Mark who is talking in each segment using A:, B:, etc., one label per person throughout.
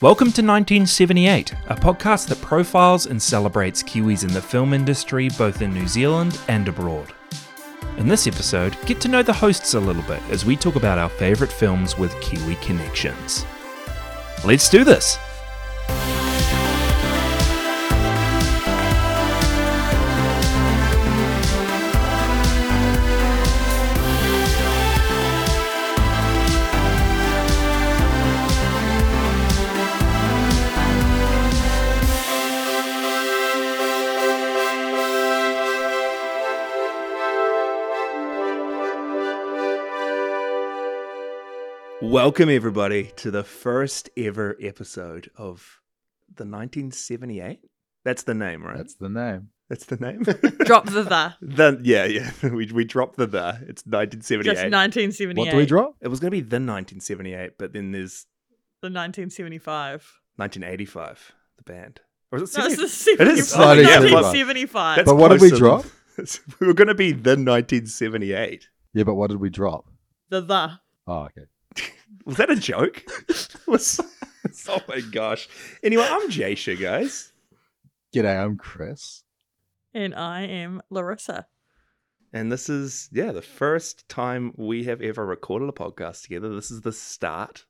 A: Welcome to 1978, a podcast that profiles and celebrates Kiwis in the film industry both in New Zealand and abroad. In this episode, get to know the hosts a little bit as we talk about our favourite films with Kiwi connections. Let's do this!
B: Welcome, everybody, to the first ever episode of the 1978. That's the name, right?
C: That's the name.
B: That's the name.
D: Drop the the.
B: the yeah, yeah. We, we dropped the the. It's 1978.
D: Just 1978.
C: What do we drop?
B: it was going to be the 1978, but then there's
D: The 1975.
B: 1985, the band. Or is it
D: No, it's
B: 70?
D: the 75.
C: slightly
B: different.
D: 1975.
B: That's
C: But what did we
B: closer
C: drop?
B: than- we were going to be the 1978.
C: Yeah, but what did we drop?
D: the the.
C: Oh, okay.
B: Was that a joke? was, oh my gosh. Anyway, I'm Jaysha, guys.
C: G'day, I'm Chris.
D: And I am Larissa.
B: And this is, yeah, the first time we have ever recorded a podcast together. This is the start.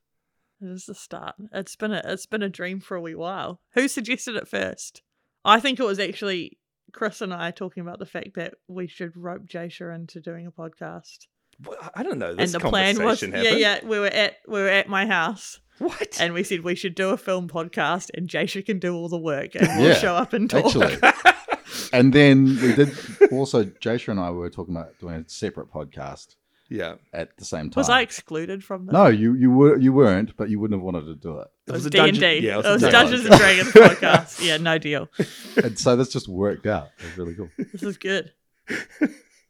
D: It is the start. It's been a it's been a dream for a wee while. Who suggested it first? I think it was actually Chris and I talking about the fact that we should rope Jasha into doing a podcast.
B: Well, I- I don't know. This
D: and the plan was
B: conversation
D: yeah
B: happened.
D: yeah we were at we were at my house
B: What?
D: and we said we should do a film podcast and Jasha can do all the work and we'll
C: Yeah,
D: show up and talk.
C: Actually. and then we did also Jasha and I were talking about doing a separate podcast
B: yeah.
C: at the same time.
D: Was I excluded from that?
C: no, you you were you weren't, but you wouldn't have wanted to do it.
D: It was
B: a
D: D and
B: dungeon-
D: D.
B: Yeah,
D: It was
C: a
D: Dungeons
B: dungeon.
D: and Dragons podcast. Yeah, no deal.
C: And so this just worked out. It was really cool.
D: This is good.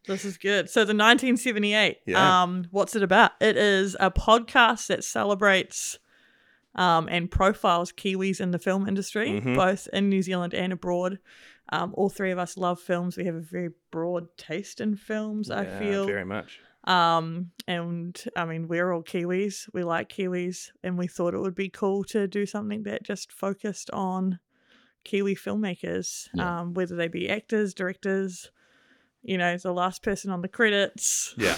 D: This is good. So the 1978.
B: Yeah.
D: Um, what's it about? It is a podcast that celebrates um, and profiles Kiwis in the film industry,
B: Mhm.
D: both in New Zealand and abroad. Um, all three of us love films. We have a very broad taste in films. I
B: Yeah,
D: feel
B: Very much.
D: Um, and I mean, we're all Kiwis. We like Kiwis, and we thought it would be cool to do something that just focused on Kiwi filmmakers,
C: Yeah.
D: um, whether they be actors, directors, you know, the last person on the credits,
B: Yeah.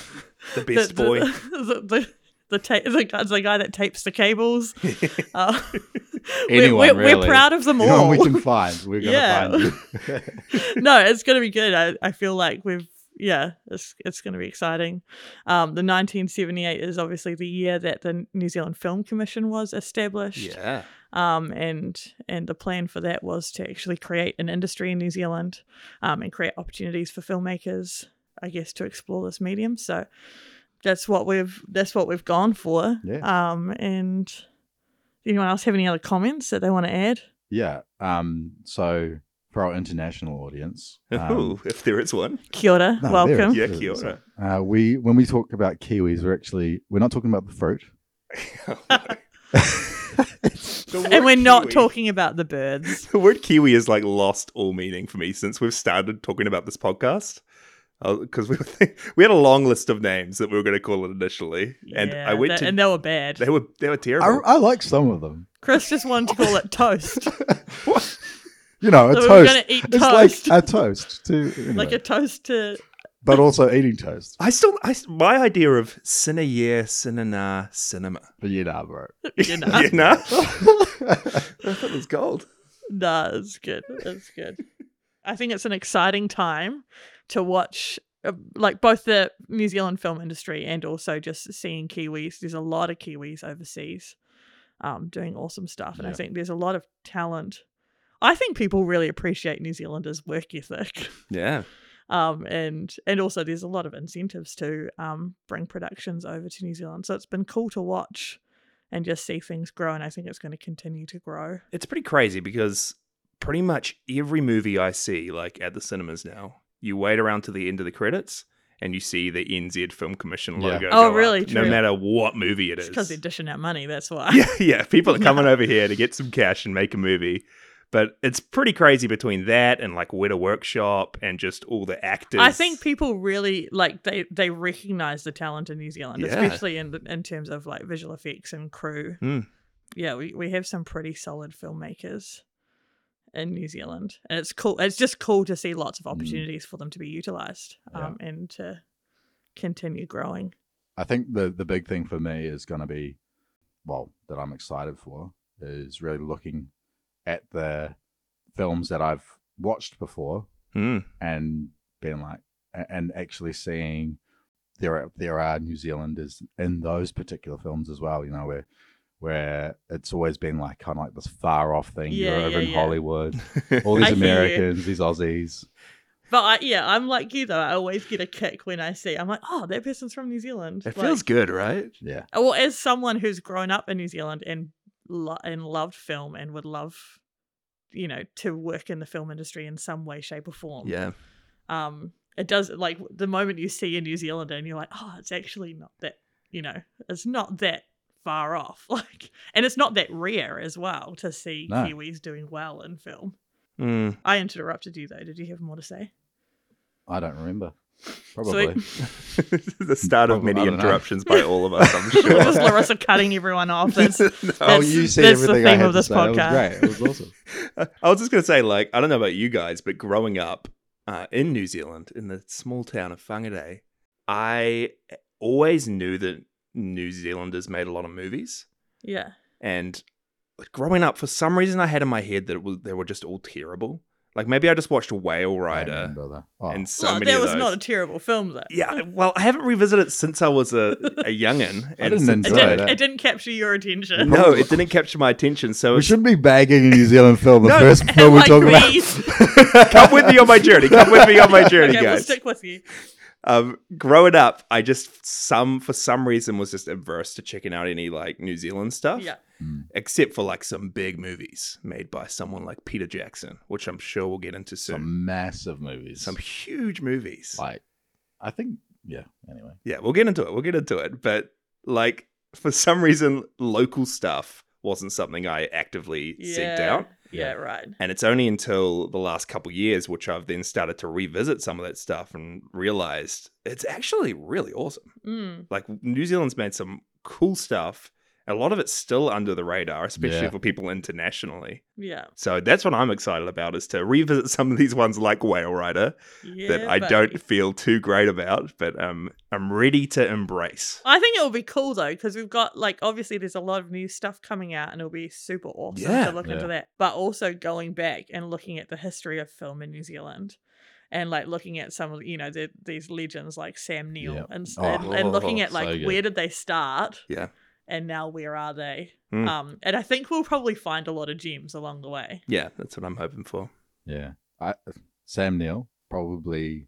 B: The best
D: the,
B: boy.
D: the the the, ta- the, guy, the guy that tapes the cables. Uh, we're-
C: Anyone,
D: we're, we're,
C: really.
D: proud of them all.
C: Anyone we can find, we're gonna
D: Yeah.
C: find you.
D: no, it's gonna be good. I, I feel like we've yeah, it's it's gonna be exciting. Um, the 1978 is obviously the year that the New Zealand Film Commission was established.
B: yeah.
D: Um, and and the plan for that was to actually create an industry in New Zealand, um, and create opportunities for filmmakers, I guess, to explore this medium. So that's what we've that's what we've gone for.
C: Yeah.
D: Um, and anyone else have any other comments that they want to add?
C: Yeah. Um so for our international audience. Um,
B: Ooh, if there is one.
D: Kia ora,
C: No, there it
D: welcome.
C: is.
B: Yeah,
C: Oh, there
B: kia
C: is.
B: ora.
C: uh, we when we talk about Kiwis, we're actually we're not talking about the fruit.
B: The word
D: and we're not
B: Kiwi-
D: talking about the birds.
B: The word Kiwi has like lost all meaning for me since we've started talking about this podcast. Because we were think- we had a long list of names that we were going to call it initially, and
D: Yeah,
B: I went
D: that-
B: to
D: and they were bad.
B: they were they were terrible.
C: I, I like some of them.
D: Chris just wanted to call it toast. so
C: You know, a
D: we were
C: toast.
D: going to eat
C: It's
D: toast, like,
C: like a toast to, anyway,
D: a toast to.
C: but also eating toast.
B: I still, I, my idea of cineyear, cinena, cinema.
C: But you know, bro.
D: You know,
B: You know? I thought it was gold.
D: nah, it's good. It's good. I think it's an exciting time to watch, uh, like both the New Zealand film industry and also just seeing Kiwis. There's a lot of Kiwis overseas, um, doing awesome stuff, and I
C: Yeah.
D: think there's a lot of talent. I think people really appreciate New Zealanders' work ethic.
B: Yeah.
D: um, and and also there's a lot of incentives to um, bring productions over to New Zealand. So it's been cool to watch and just see things grow, and I think it's going to continue to grow.
B: It's pretty crazy because pretty much every movie I see, like at the cinemas now, you wait around to the end of the credits and you see the NZ Film Commission
C: Yeah.
B: logo.
D: Oh,
B: go up,
D: really?
B: No
D: True.
B: matter what movie it
D: It's
B: is.
D: because they're dishing out money. That's why.
B: yeah, yeah. People are coming over here to get some cash and make a movie. But it's pretty crazy between that and like Widow Workshop and just all the actors.
D: I think people really like they they recognize the talent in New Zealand,
B: Yeah.
D: especially in in terms of like visual effects and crew
B: Mm.
D: yeah, we, we have some pretty solid filmmakers in New Zealand. And it's cool. It's just cool to see lots
B: Mm.
D: of opportunities for them to be utilized
C: Yeah.
D: um, and to continue growing.
C: I think the the big thing for me is going to be, well, that I'm excited for is really looking at the films that I've watched before
B: Hmm.
C: and being like, a- and actually seeing there are, there are New Zealanders in those particular films as well. You know where where it's always been like kind of like this far off thing.
D: Yeah,
C: You're over
D: yeah,
C: in
D: yeah.
C: Hollywood, all these
D: I hear you.
C: Americans, these Aussies.
D: But I, yeah, I'm like you though. I always get a kick when I see. I'm like, oh, that person's from New Zealand.
B: It
D: Like-
B: feels good, right?
C: Yeah,
D: Well, as someone who's grown up in New Zealand and lo- and loved film and would love, you know, to work in the film industry in some way, shape, or form.
B: Yeah.
D: Um, it does like the moment you see a New Zealander and you're like, oh, it's actually not that. You know, it's not that far off. Like, and it's not that rare as well to see
C: No.
D: Kiwis doing well in film.
B: Mm.
D: I interrupted you though. Did you have more to say?
C: I don't remember. Probably.
B: the start of
C: Probably- I
B: many
C: don't know.
B: interruptions by all of us, I'm sure.
D: Just Larissa cutting everyone off. That's
B: No.
C: Oh,
D: That's-
C: you see
D: that's the
C: everything I
D: thing
C: had
D: of
C: to
D: this
C: say. That was
D: podcast.
C: great. It was awesome.
B: I was just going to say, like, I don't know about you guys, but growing up uh, in New Zealand, in the small town of Whangarei, I always knew that New Zealanders made a lot of movies.
D: yeah.
B: And growing up, for some reason, I had in my head that it was, they were just all terrible. Like, maybe I just watched Whale
C: I
B: Rider
C: remember that. Oh,
B: and so
D: well,
B: many
D: that
B: of
D: was
B: those.
D: not a terrible film though.
B: yeah, well, I haven't revisited it since I was a, a youngin.
C: I
B: and
C: didn't
B: since
D: It
C: enjoy
B: then-
D: didn't,
C: that.
D: it didn't capture your attention.
B: No, it didn't capture my attention. So
C: we
B: it's
C: shouldn't be bagging a New Zealand film. The
B: No,
C: first film we
D: Like
C: talk
D: me.
C: about.
B: come with me on my journey. Come with me on my journey,
D: okay, we'll
B: guys.
D: stick with you.
B: um, growing up, I just some for some reason was just averse to checking out any like New Zealand stuff,
D: Yeah.
B: except for like some big movies made by someone like Peter Jackson, which I'm sure we'll get into soon.
C: Some massive movies.
B: Some, huge movies.
C: like, I think, yeah. Anyway,
B: yeah, we'll get into it. We'll get into it. But like for some reason, local stuff wasn't something I actively seeked
D: Yeah.
B: out.
D: Yeah, right.
B: And it's only until the last couple years, which I've then started to revisit some of that stuff and realized it's actually really awesome.
D: Mm.
B: like New Zealand's made some cool stuff. A lot of it's still under the radar, especially
C: Yeah.
B: for people internationally.
D: Yeah.
B: So that's what I'm excited about is to revisit some of these ones like Whale Rider
D: Yeah.
B: that I
D: buddy.
B: don't feel too great about, but um, I'm ready to embrace.
D: I think it'll be cool though, because we've got like obviously there's a lot of new stuff coming out and it'll be super awesome
B: Yeah.
D: to look
C: Yeah.
D: into that. But also going back and looking at the history of film in New Zealand. And like looking at some of you know the, these legends like Sam Neill
C: Yeah.
D: and, s-
C: Oh,
D: and and looking at
C: so
D: like
C: good.
D: where did they start
B: Yeah.
D: and now where are they
C: Hmm.
B: Mm.
D: um and I think we'll probably find a lot of gems along the way
B: Yeah, that's what I'm hoping for.
C: yeah. I, Sam Neill, probably,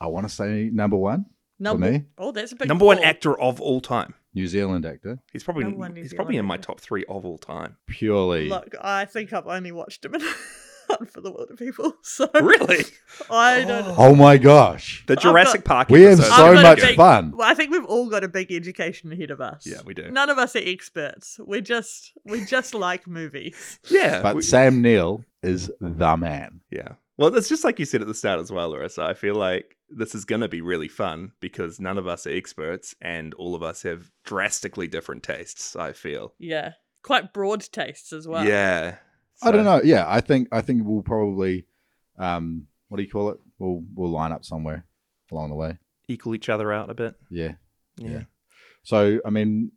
C: I want to say number one
D: number
C: for me.
D: oh that's a big
B: Number one
D: call.
B: actor of all time.
C: New Zealand actor.
B: He's probably
D: Number one New
B: he's probably in
D: Zealand
B: my
D: actor.
B: top three of all time.
C: Purely.
D: Look, I think I've only watched a minute for the world of people, so
B: Really?
D: I don't.
C: Oh my gosh.
B: The
D: got-
B: Jurassic Park.
C: We have
B: episode
D: I've
C: so
B: is
D: got a
C: much
B: good.
D: big-
C: fun.
D: Well, I think we've all got a big education ahead of us.
B: Yeah, we do.
D: None of us are experts. We're just we just like movies.
B: Yeah,
C: But
B: we-
C: Sam Neill is the man.
B: Yeah. Well, that's just like you said at the start as well, Larissa. I feel like this is going to be really fun because none of us are experts and all of us have drastically different tastes, I feel.
D: Yeah, quite broad tastes as well.
B: Yeah.
C: I don't
B: So-
C: know. Yeah, I think I think we'll probably, um, what do you call it? We'll we'll line up somewhere along the way.
A: Equal each other out a bit.
C: Yeah.
B: Yeah.
C: Yeah. So, I mean,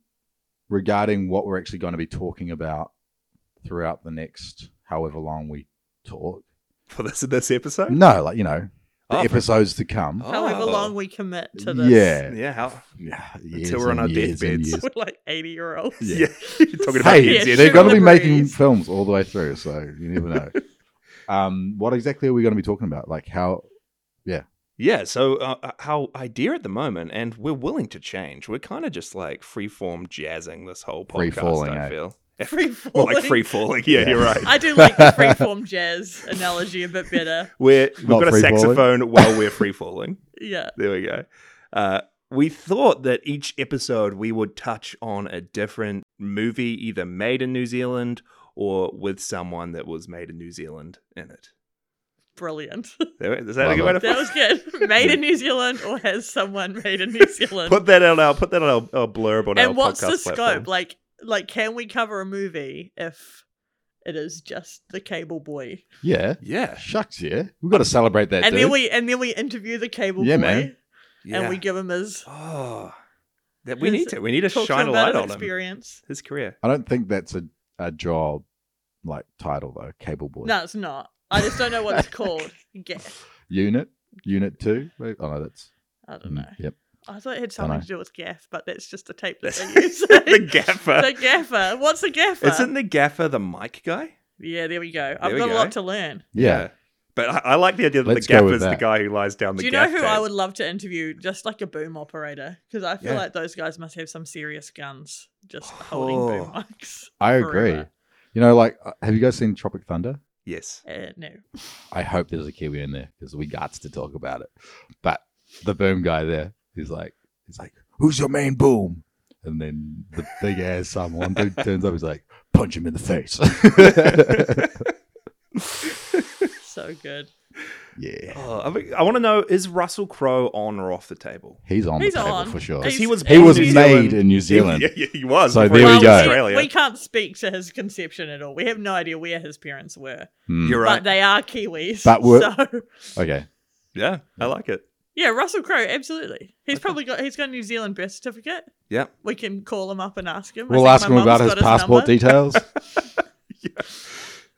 C: regarding what we're actually going to be talking about throughout the next however long we talk,
B: For this this episode?
C: no, like you know, the
B: Oh.
C: episodes to come.
D: However
B: Oh.
D: long we commit to this.
C: yeah,
B: Yeah. How...
C: yeah, years
B: Until we're on
C: and
B: our
C: years and
B: deathbeds.
C: years.
D: We're like eighty year olds.
B: Yeah. You're talking about
C: Hey,
D: Yeah,
B: NZ.
C: they're going to be
D: the
C: making
D: breeze.
C: films all the way through, so you never know. um, what exactly are we going to be talking about? Like how?
B: Yeah. So, uh, our idea at the moment, and we're willing to change, we're kind of just like freeform jazzing this whole podcast,
C: Free falling,
B: I
C: eh?
B: feel.
D: Free falling.
B: Well, like free falling. Yeah,
C: Yeah.
B: you're right.
D: I do like the freeform jazz analogy a bit better.
B: We're, we've
C: Not
B: got a
C: free falling.
B: saxophone while we're free falling.
D: Yeah.
B: There we go. Uh, we thought that each episode we would touch on a different movie, either made in New Zealand or with someone that was made in New Zealand in it.
D: Brilliant.
B: There- Is that a
C: Love
B: good
C: it.
B: way to
D: That was good. Made in New Zealand or has someone made in New Zealand?
B: put that on our put that on our, our blurb on our
D: and what's
B: podcast
D: the scope?
B: platform.
D: Like like can we cover a movie if it is just the cable boy?
C: Yeah.
B: Yeah.
C: Shucks, yeah. We've got to celebrate that.
D: and
C: dude.
D: then we and then we interview the cable
C: Yeah,
D: boy
C: man.
B: Yeah.
D: and we give him his
B: Oh, that we
D: His-
B: need to. We need to
D: talk to
B: shine
D: him
B: a light
D: about his
B: on him.
D: experience.
B: His career.
C: I don't think that's a, a job like title though. Cable boy.
D: No, it's not. I just don't know what it's called. Yeah.
C: Unit. Unit two. Maybe. Oh no, that's
D: I don't
C: mm,
D: know.
C: yep.
D: I thought it had something
C: know.
D: to do with gaff, but that's just a tape that they use.
B: the gaffer.
D: the gaffer. What's a gaffer?
B: Isn't the gaffer the mic guy?
D: Yeah, there we go. I've
B: we
D: got
B: go.
D: a lot to learn.
C: Yeah.
B: But I, I like the idea that
C: Let's
B: the
C: go with
B: gaffer's the
C: that.
B: guy who lies down the
D: Do you know
B: gaff
D: who
B: tape.
D: I would love to interview? Just like a boom operator, because I feel
B: Yeah.
D: like those guys must have some serious guns, just holding boom
B: Oh.
D: mics.
C: I
D: forever.
C: agree. You know, like, uh, have you guys seen Tropic Thunder?
B: Yes.
D: Uh, no,
C: I hope there's a Kiwi in there because we got to talk about it. But the boom guy there, he's like, he's like, who's your main boom? And then the big ass someone dude turns up, he's like, punch him in the face.
D: so good.
C: yeah,
B: Oh, I, think- I want to know is Russell Crowe on or off the table?
C: he's on
D: He's
C: the table
D: on.
C: for sure.
B: 'Cause he
D: He's-
B: was
C: He
B: in
C: was
B: New
C: made
B: Zealand.
C: in New Zealand.
B: Yeah, yeah, he was.
C: So
B: before he
C: there we
B: went to
C: go.
D: well,
B: Australia.
D: We, we can't speak to his conception at all. We have no idea where his parents were,
C: Hmm.
B: You're
D: but
B: right.
D: they are Kiwis.
C: But we're-
D: so
C: Okay,
B: Yeah, I
C: Mm.
B: like it.
D: yeah, Russell Crowe, absolutely. He's
B: Okay.
D: probably got he's got a New Zealand birth certificate.
B: Yeah.
D: We can call him up and ask him. I
C: we'll
D: think
C: ask
D: my
C: him
D: mum's
C: about
D: got
C: his passport
D: number.
C: details.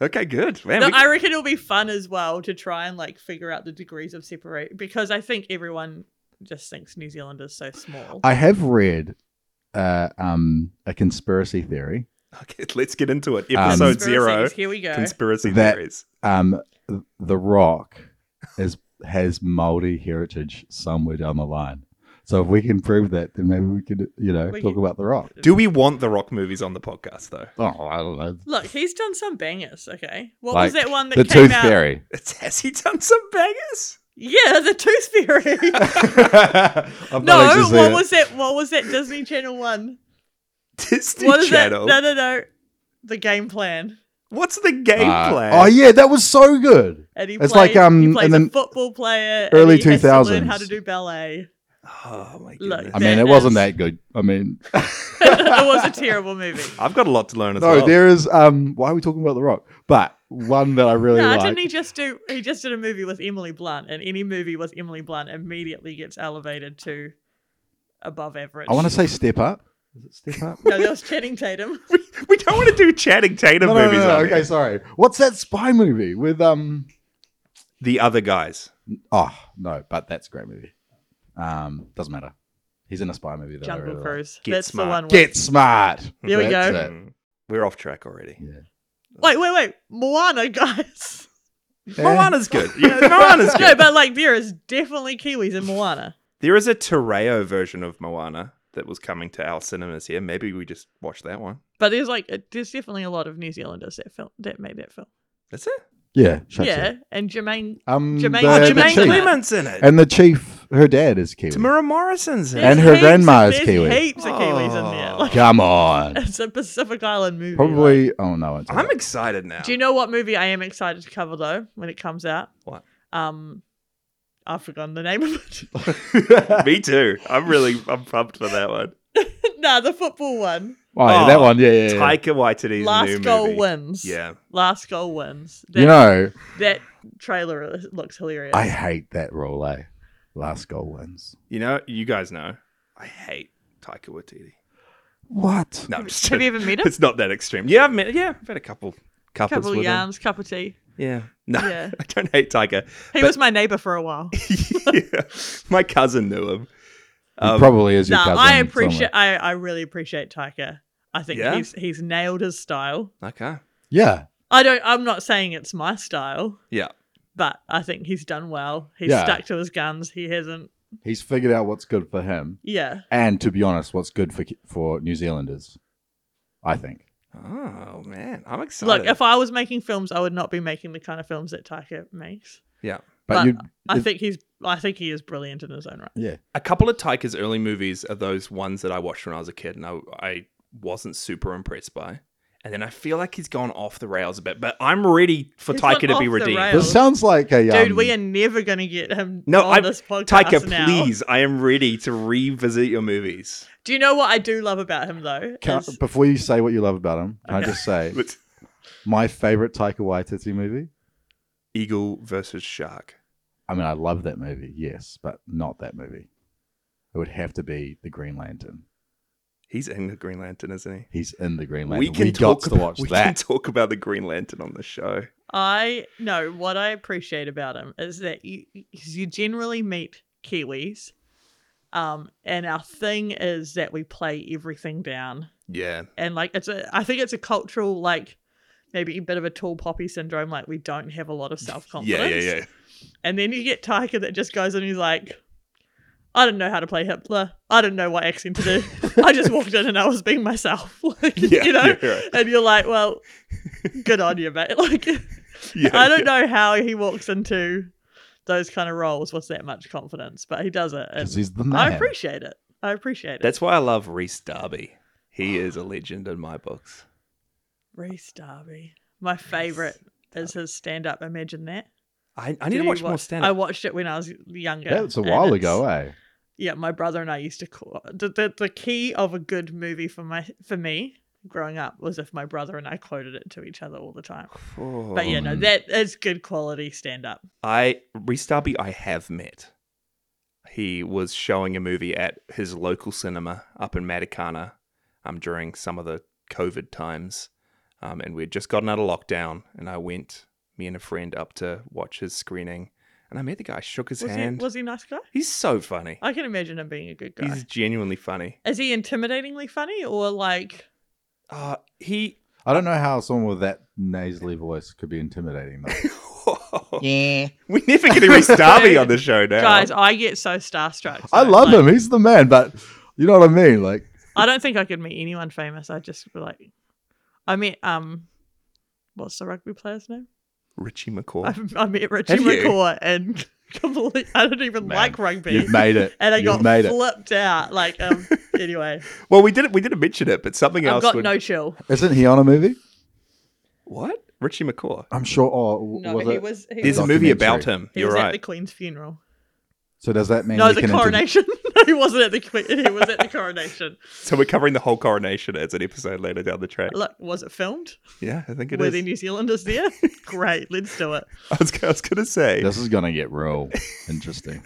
B: Okay, good. Man,
D: No,
B: we-
D: I reckon it'll be fun as well to try and like figure out the degrees of separate because I think everyone just thinks New Zealand is so small.
C: I have read uh, um, a conspiracy theory
B: okay, let's get into it.
C: Um,
B: Episode zero
D: Conspiracies, Here we go.
B: conspiracy
C: That-
B: theories.
C: um, th- the rock is has Maori heritage somewhere down the line. So if we can prove that, then maybe we could, you know,
D: We
C: talk
D: can-
C: about the rock.
B: Do we want the rock movies on the podcast, though?
C: Oh, I don't know.
D: Look, he's done some bangers. Okay, what was
C: Like,
D: that one that
C: the
D: came
C: Tooth
D: out?
C: Fairy.
B: It's, has he done some bangers?
D: Yeah, the Tooth Fairy.
C: I've
D: no,
C: actually seen
D: what
C: it.
D: was that? What was that Disney Channel one?
B: Disney
D: What is
B: Channel.
D: that? No, no, no. The game plan.
B: What's the game
C: Uh,
B: plan?
C: Oh yeah, that was so good.
D: And he
C: It's
D: played-
C: like, um,
D: he plays
C: in
D: a
C: the
D: football player.
C: early
D: and he has to learn how
C: 2000s.
D: to do ballet.
B: Oh my
D: Look,
B: goodness.
C: I mean,
D: That
C: it wasn't
D: is-
C: that good. I mean,
D: it was a terrible movie.
B: I've got a lot to learn as
C: no,
B: well.
C: there is. Um, why are we talking about the rock? But one that I really
D: no,
C: like.
D: didn't he just do? He just did a movie with Emily Blunt, and any movie with Emily Blunt immediately gets elevated to above average.
C: I want to say Step Up. Is it Step Up?
D: No, that was Channing Tatum.
B: we, we don't want to do Channing Tatum
C: no, no, no,
B: movies.
C: no,
B: on
C: Okay,
B: here.
C: sorry. What's that spy movie with um?
B: The other guys.
C: Oh no, but that's a great movie. Um, doesn't matter. He's in a spy movie though.
D: Jungle Cruise.
B: Get
D: That's
B: smart.
D: the one. With...
C: Get smart.
D: There we
C: That's
D: go.
C: it.
B: Mm. We're off track already.
D: Wait, wait, wait. Moana, guys.
C: Yeah.
B: Moana's good. Yeah, Moana's
D: no,
B: good.
D: but like there is definitely Kiwis in Moana.
B: There is a Terreo version of Moana that was coming to our cinemas here. Maybe we just watch that one.
D: But there's like a- there's definitely a lot of New Zealanders that film that made that film.
B: That's it.
C: Yeah. shucks
D: yeah,
C: it.
D: and Jermaine.
C: Um,
D: Jermaine-
C: the,
D: Oh,
C: the
D: Jermaine
C: chief.
D: Clement.
B: Clement's in it.
C: And the chief, her dad is Kiwi.
B: Tamara Morrison's in
D: there's
C: And
B: it.
C: her
D: heaps-
C: grandma is
D: there's
C: Kiwi.
D: Heaps of Kiwis in there.
B: Oh.
D: Like,
C: Come on.
D: it's a Pacific Island movie. like-
C: Probably. oh no, it's
B: I'm excited now.
D: Do you know what movie I am excited to cover though when it comes out?
B: What?
D: Um, I've forgotten the name of it.
B: Me too. I'm really I'm pumped for that one.
D: nah, the football one.
C: oh, yeah, that one. Yeah, yeah. yeah.
B: Taika Waititi's new
D: Last
B: movie.
D: goal wins.
B: Yeah.
D: Last goal wins. That,
C: you know,
D: that trailer is- looks hilarious.
C: I hate that rule. Eh? Last goal wins.
B: You know, you guys know. I hate Taika Waititi.
C: What?
B: No, I'm just
D: Have you
B: kidding.
D: ever met him?
B: It's not that extreme. Yeah, I've met. Yeah, I've had a couple couples
D: Couple
B: with him.
D: yarns, cup of tea.
B: Yeah. No,
D: Yeah.
B: I don't hate Taika.
D: He
B: But-
D: was my neighbor for a while.
B: yeah. My cousin knew him.
C: He
B: Um,
C: probably is your
D: No,
C: cousin.
D: I
C: somewhere.
D: appreciate. I, I really appreciate Taika. I think
B: Yeah?
D: he's he's nailed his style.
B: okay.
C: Yeah.
D: I don't. I'm not saying it's my style,
B: Yeah.
D: but I think he's done well. He's
C: Yeah.
D: stuck to his guns. He hasn't.
C: He's figured out what's good for him.
D: Yeah.
C: and to be honest, what's good for for New Zealanders, I think.
B: Oh man, I'm excited.
D: Look, if I was making films, I would not be making the kind of films that Taika makes.
C: But,
D: But
C: you,
D: I
C: if-
D: think he's. I think he is brilliant in his own right.
C: yeah,
B: a couple of Taika's early movies are those ones that I watched when I was a kid and I, I wasn't super impressed by. and then I feel like he's gone off the rails a bit. But I'm ready for
D: He's
B: Taika
D: gone
B: to be
D: off the
B: redeemed.
D: rails.
C: This sounds like a
D: Dude,
C: um,
D: we are never going to get him
B: No,
D: on
B: I'm-
D: this podcast
B: Taika,
D: now.
B: please, I am ready to revisit your movies.
D: Do you know what I do love about him though?
C: can-
D: Is-
C: before you say what you love about him, can I
D: Okay.
C: just say
B: But
C: my favorite Taika Waititi movie?
B: Eagle versus Shark.
C: I mean, I love that movie, yes, but not that movie. It would have to be The Green Lantern.
B: He's in the Green Lantern, isn't he?
C: He's in The Green Lantern.
B: We can
C: got
B: talk
C: to
B: about,
C: watch
B: we can
C: that.
B: talk about the Green Lantern on the show.
D: I know what I appreciate about him is that you you generally meet Kiwis, um, and our thing is that we play everything down.
B: Yeah.
D: and like it's a i think it's a cultural like maybe a bit of a tall poppy syndrome like we don't have a lot of
B: Yeah,
D: self-confidence
B: yeah, yeah.
D: and then you get Taika that just goes and he's like i don't know how to play hitler i don't know what accent to do i just walked in and i was being myself like
B: Yeah,
D: you know
B: yeah, right.
D: and you're like well good on you mate like
B: Yeah, yeah.
D: i don't know how he walks into those kind of roles with that much confidence but he does it and
C: Because he's the
D: i
C: man.
D: appreciate it i appreciate it
B: That's why I love Reese Darby. He is a legend in my books.
D: Reese Darby. My favorite is his stand up. Imagine that.
B: I, I need to
D: Did you
B: watch more stand
D: I
B: up.
D: watched it when I was younger.
C: That's a
D: and
C: while
D: it's-
C: ago, eh?
D: Yeah, my brother and I used to call the, the the key of a good movie for my for me growing up was if my brother and I quoted it to each other all the time.
B: Oh.
D: But yeah, no,
C: Mm.
D: that is good quality stand up.
B: I Reese Darby I have met. He was showing a movie at his local cinema up in Matakana um, during some of the COVID times. Um, and we'd just gotten out of lockdown and I went, me and a friend, up to watch his screening. And I met the guy, shook his
D: Was he,
B: hand.
D: was Oh, he a nice guy?
B: He's so funny.
D: I can imagine him being a good guy.
B: He's genuinely funny.
D: Is he intimidatingly funny or like
B: Uh, he
C: I don't know how someone with that nasally voice could be intimidating, though.
B: yeah. We never get to Reese Darby on the show now.
D: guys? I get so starstruck.
C: I
D: so,
C: love
D: like,
C: him. He's the man, but you know what I mean? Like,
D: I don't think I could meet anyone famous. I just be like, I met um, what's the rugby player's name?
B: Richie McCaw.
D: I, I met Richie
B: Have you?
D: McCaw, and complete, I don't even
C: Man,
D: like rugby,
C: you've made it.
D: and I
C: you've
D: got
C: made it.
D: flipped out. Like um, anyway,
B: Well, we didn't we didn't mention it, but something
D: I've
B: else.
D: got
B: would-
D: no chill.
C: Isn't he on a movie?
B: what Richie McCaw?
C: I'm sure. Oh,
D: No,
C: was
D: he
C: it?
D: was. He
B: There's
D: was,
B: a movie about
C: Documentary.
B: him.
D: he
B: You're
D: was at
B: right.
D: the Queen's funeral.
C: So does that mean
D: no,
C: we
D: the
C: can inter-
D: coronation. No, he wasn't at the queen. He was at the coronation.
B: So we're covering the whole coronation as an episode later down the track.
D: Look, was it filmed?
B: Yeah, I think it
D: Were
B: is.
D: there New Zealanders there? Great, let's do it.
B: I, was, I was gonna say
C: This is gonna get real interesting.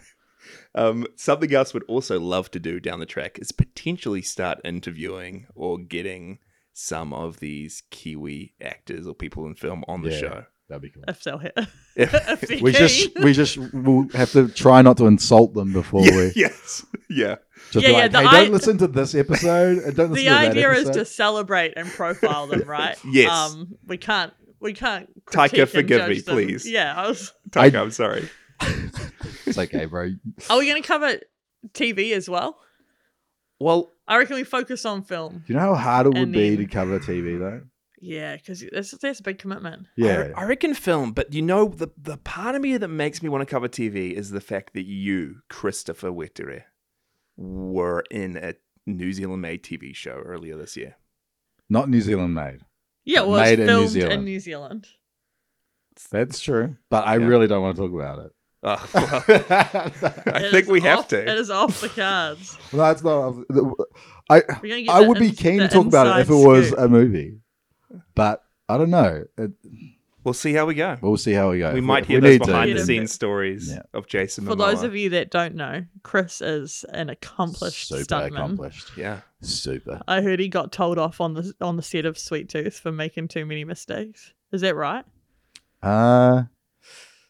B: um, something else would also love to do down the track is potentially start interviewing or getting some of these Kiwi actors or people in film on the
C: Yeah.
B: show.
C: That'd be cool.
D: If they'll hit.
B: If-
D: if they're
C: We
D: keen.
C: just we just will have to try not to insult them before
B: Yeah,
C: we
B: yes, yeah.
C: just
D: Yeah, yeah,
C: be like,
D: the
C: hey,
D: I-
C: don't listen to this episode and don't listen
D: the
C: to that
D: idea is
C: episode."
D: to celebrate and profile them, right?
B: Yes.
D: Um, we can't. We can't.
B: Taika,
D: critique and
B: forgive
D: judge
B: me,
D: them.
B: please.
D: Yeah. I was,
B: Taika, I'm sorry.
C: It's okay, bro.
D: are we going to cover TV as well?
B: Well,
D: I reckon we focus on film.
C: Do you know how hard it would
D: And
C: be
D: then-
C: to cover TV though?
D: Yeah, because that's that's a big commitment.
B: I,
C: Yeah.
B: re- I reckon film, but you know, the, the part of me that makes me want to cover TV is the fact that you, Christopher Wittere, were in a New Zealand made TV show earlier this year.
C: Not New Zealand made.
D: Yeah, well, it's
C: Made in New
D: filmed in
C: Zealand.
D: New Zealand.
C: That's true. But I
B: Yeah.
C: really don't want to talk about
B: Oh, well,
C: it.
B: I
D: It
B: think
D: is
B: we have
D: off- It
B: to.
D: is off the cards.
C: no, that's not I
D: We're gonna get
C: I
D: the
C: would be
D: ins-
C: keen
D: the
C: to talk about it if it
D: inside
C: was
D: scoop.
C: a movie. But I don't know. It,
B: We'll see how we go.
C: we'll see how we go.
B: we
C: If
B: might
C: if
B: hear
C: we
B: those
C: need to,
B: behind the
C: then-
D: Yeah.
B: scenes stories
C: Yeah.
B: of Jason
D: For
B: Momoa.
D: those of you that don't know, Chris is an accomplished
C: Super
D: stuntman.
C: accomplished.
B: yeah,
C: Super.
D: I heard he got told off on the on the set of Sweet Tooth for making too many mistakes. Is that right?
C: Uh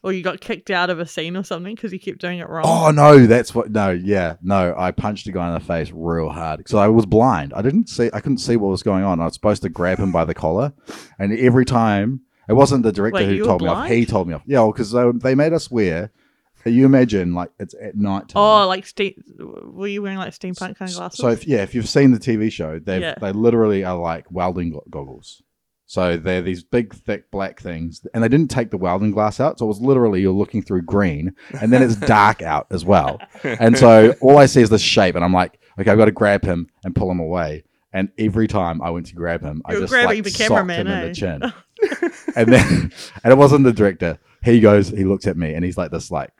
D: Or you got kicked out of a scene or something because you kept doing it wrong?
C: oh no, that's what no, yeah. No, I punched a guy in the face real hard. So I was blind. I didn't see I couldn't see what was going on. I was supposed to grab him by the collar. And every time it wasn't the director
D: Wait, you
C: who
D: were
C: told me off.
D: blind?
C: He told me off. Yeah, because they, they made us wear. You imagine like it's at night time.
D: Oh, like ste- were you wearing like steampunk kind of glasses?
C: So if, yeah, if you've seen the TV show, they
D: Yeah.
C: have they literally are like welding go- goggles. So they're these big, thick black things, and they didn't take the welding glass out. So it was literally you're looking through green, and then it's dark out as well. And so all I see is this shape, and I'm like, okay, I've got to grab him and pull him away. And every time I went to grab him, I
D: You're
C: just
D: grabbing
C: like
D: the
C: socked
D: cameraman,
C: him in
D: eh?
C: the chin. and then, and it wasn't the director. He goes, he looks at me, and he's like this like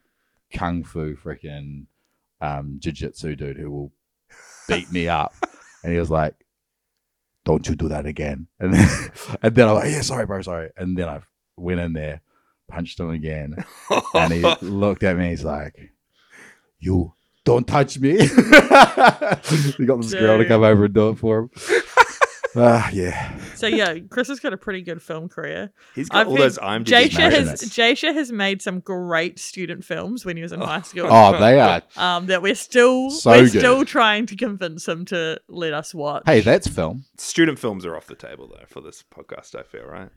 C: kung fu freaking um, jiu-jitsu dude who will beat me up. And he was like, "Don't you do that again." And then, and then I'm like, "Yeah, sorry, bro, sorry." And then I went in there, punched him again, and he looked at me. He's like, "You don't touch me." he got this girl to
D: Dude.
C: come over and do it for him. Ah, yeah.
D: So yeah, Chris has got a pretty good film career.
B: He's got
D: I've
B: all
D: heard
B: those IMDb
D: Jasha has
C: marionettes.
D: Jasha has made some great student films when he was in high school.
C: Oh, they are.
D: Um, that we're still
C: So
D: we're
C: good.
D: still trying to convince him to let us watch.
C: Hey, that's film.
B: Student films are off the table though for this podcast. I feel right.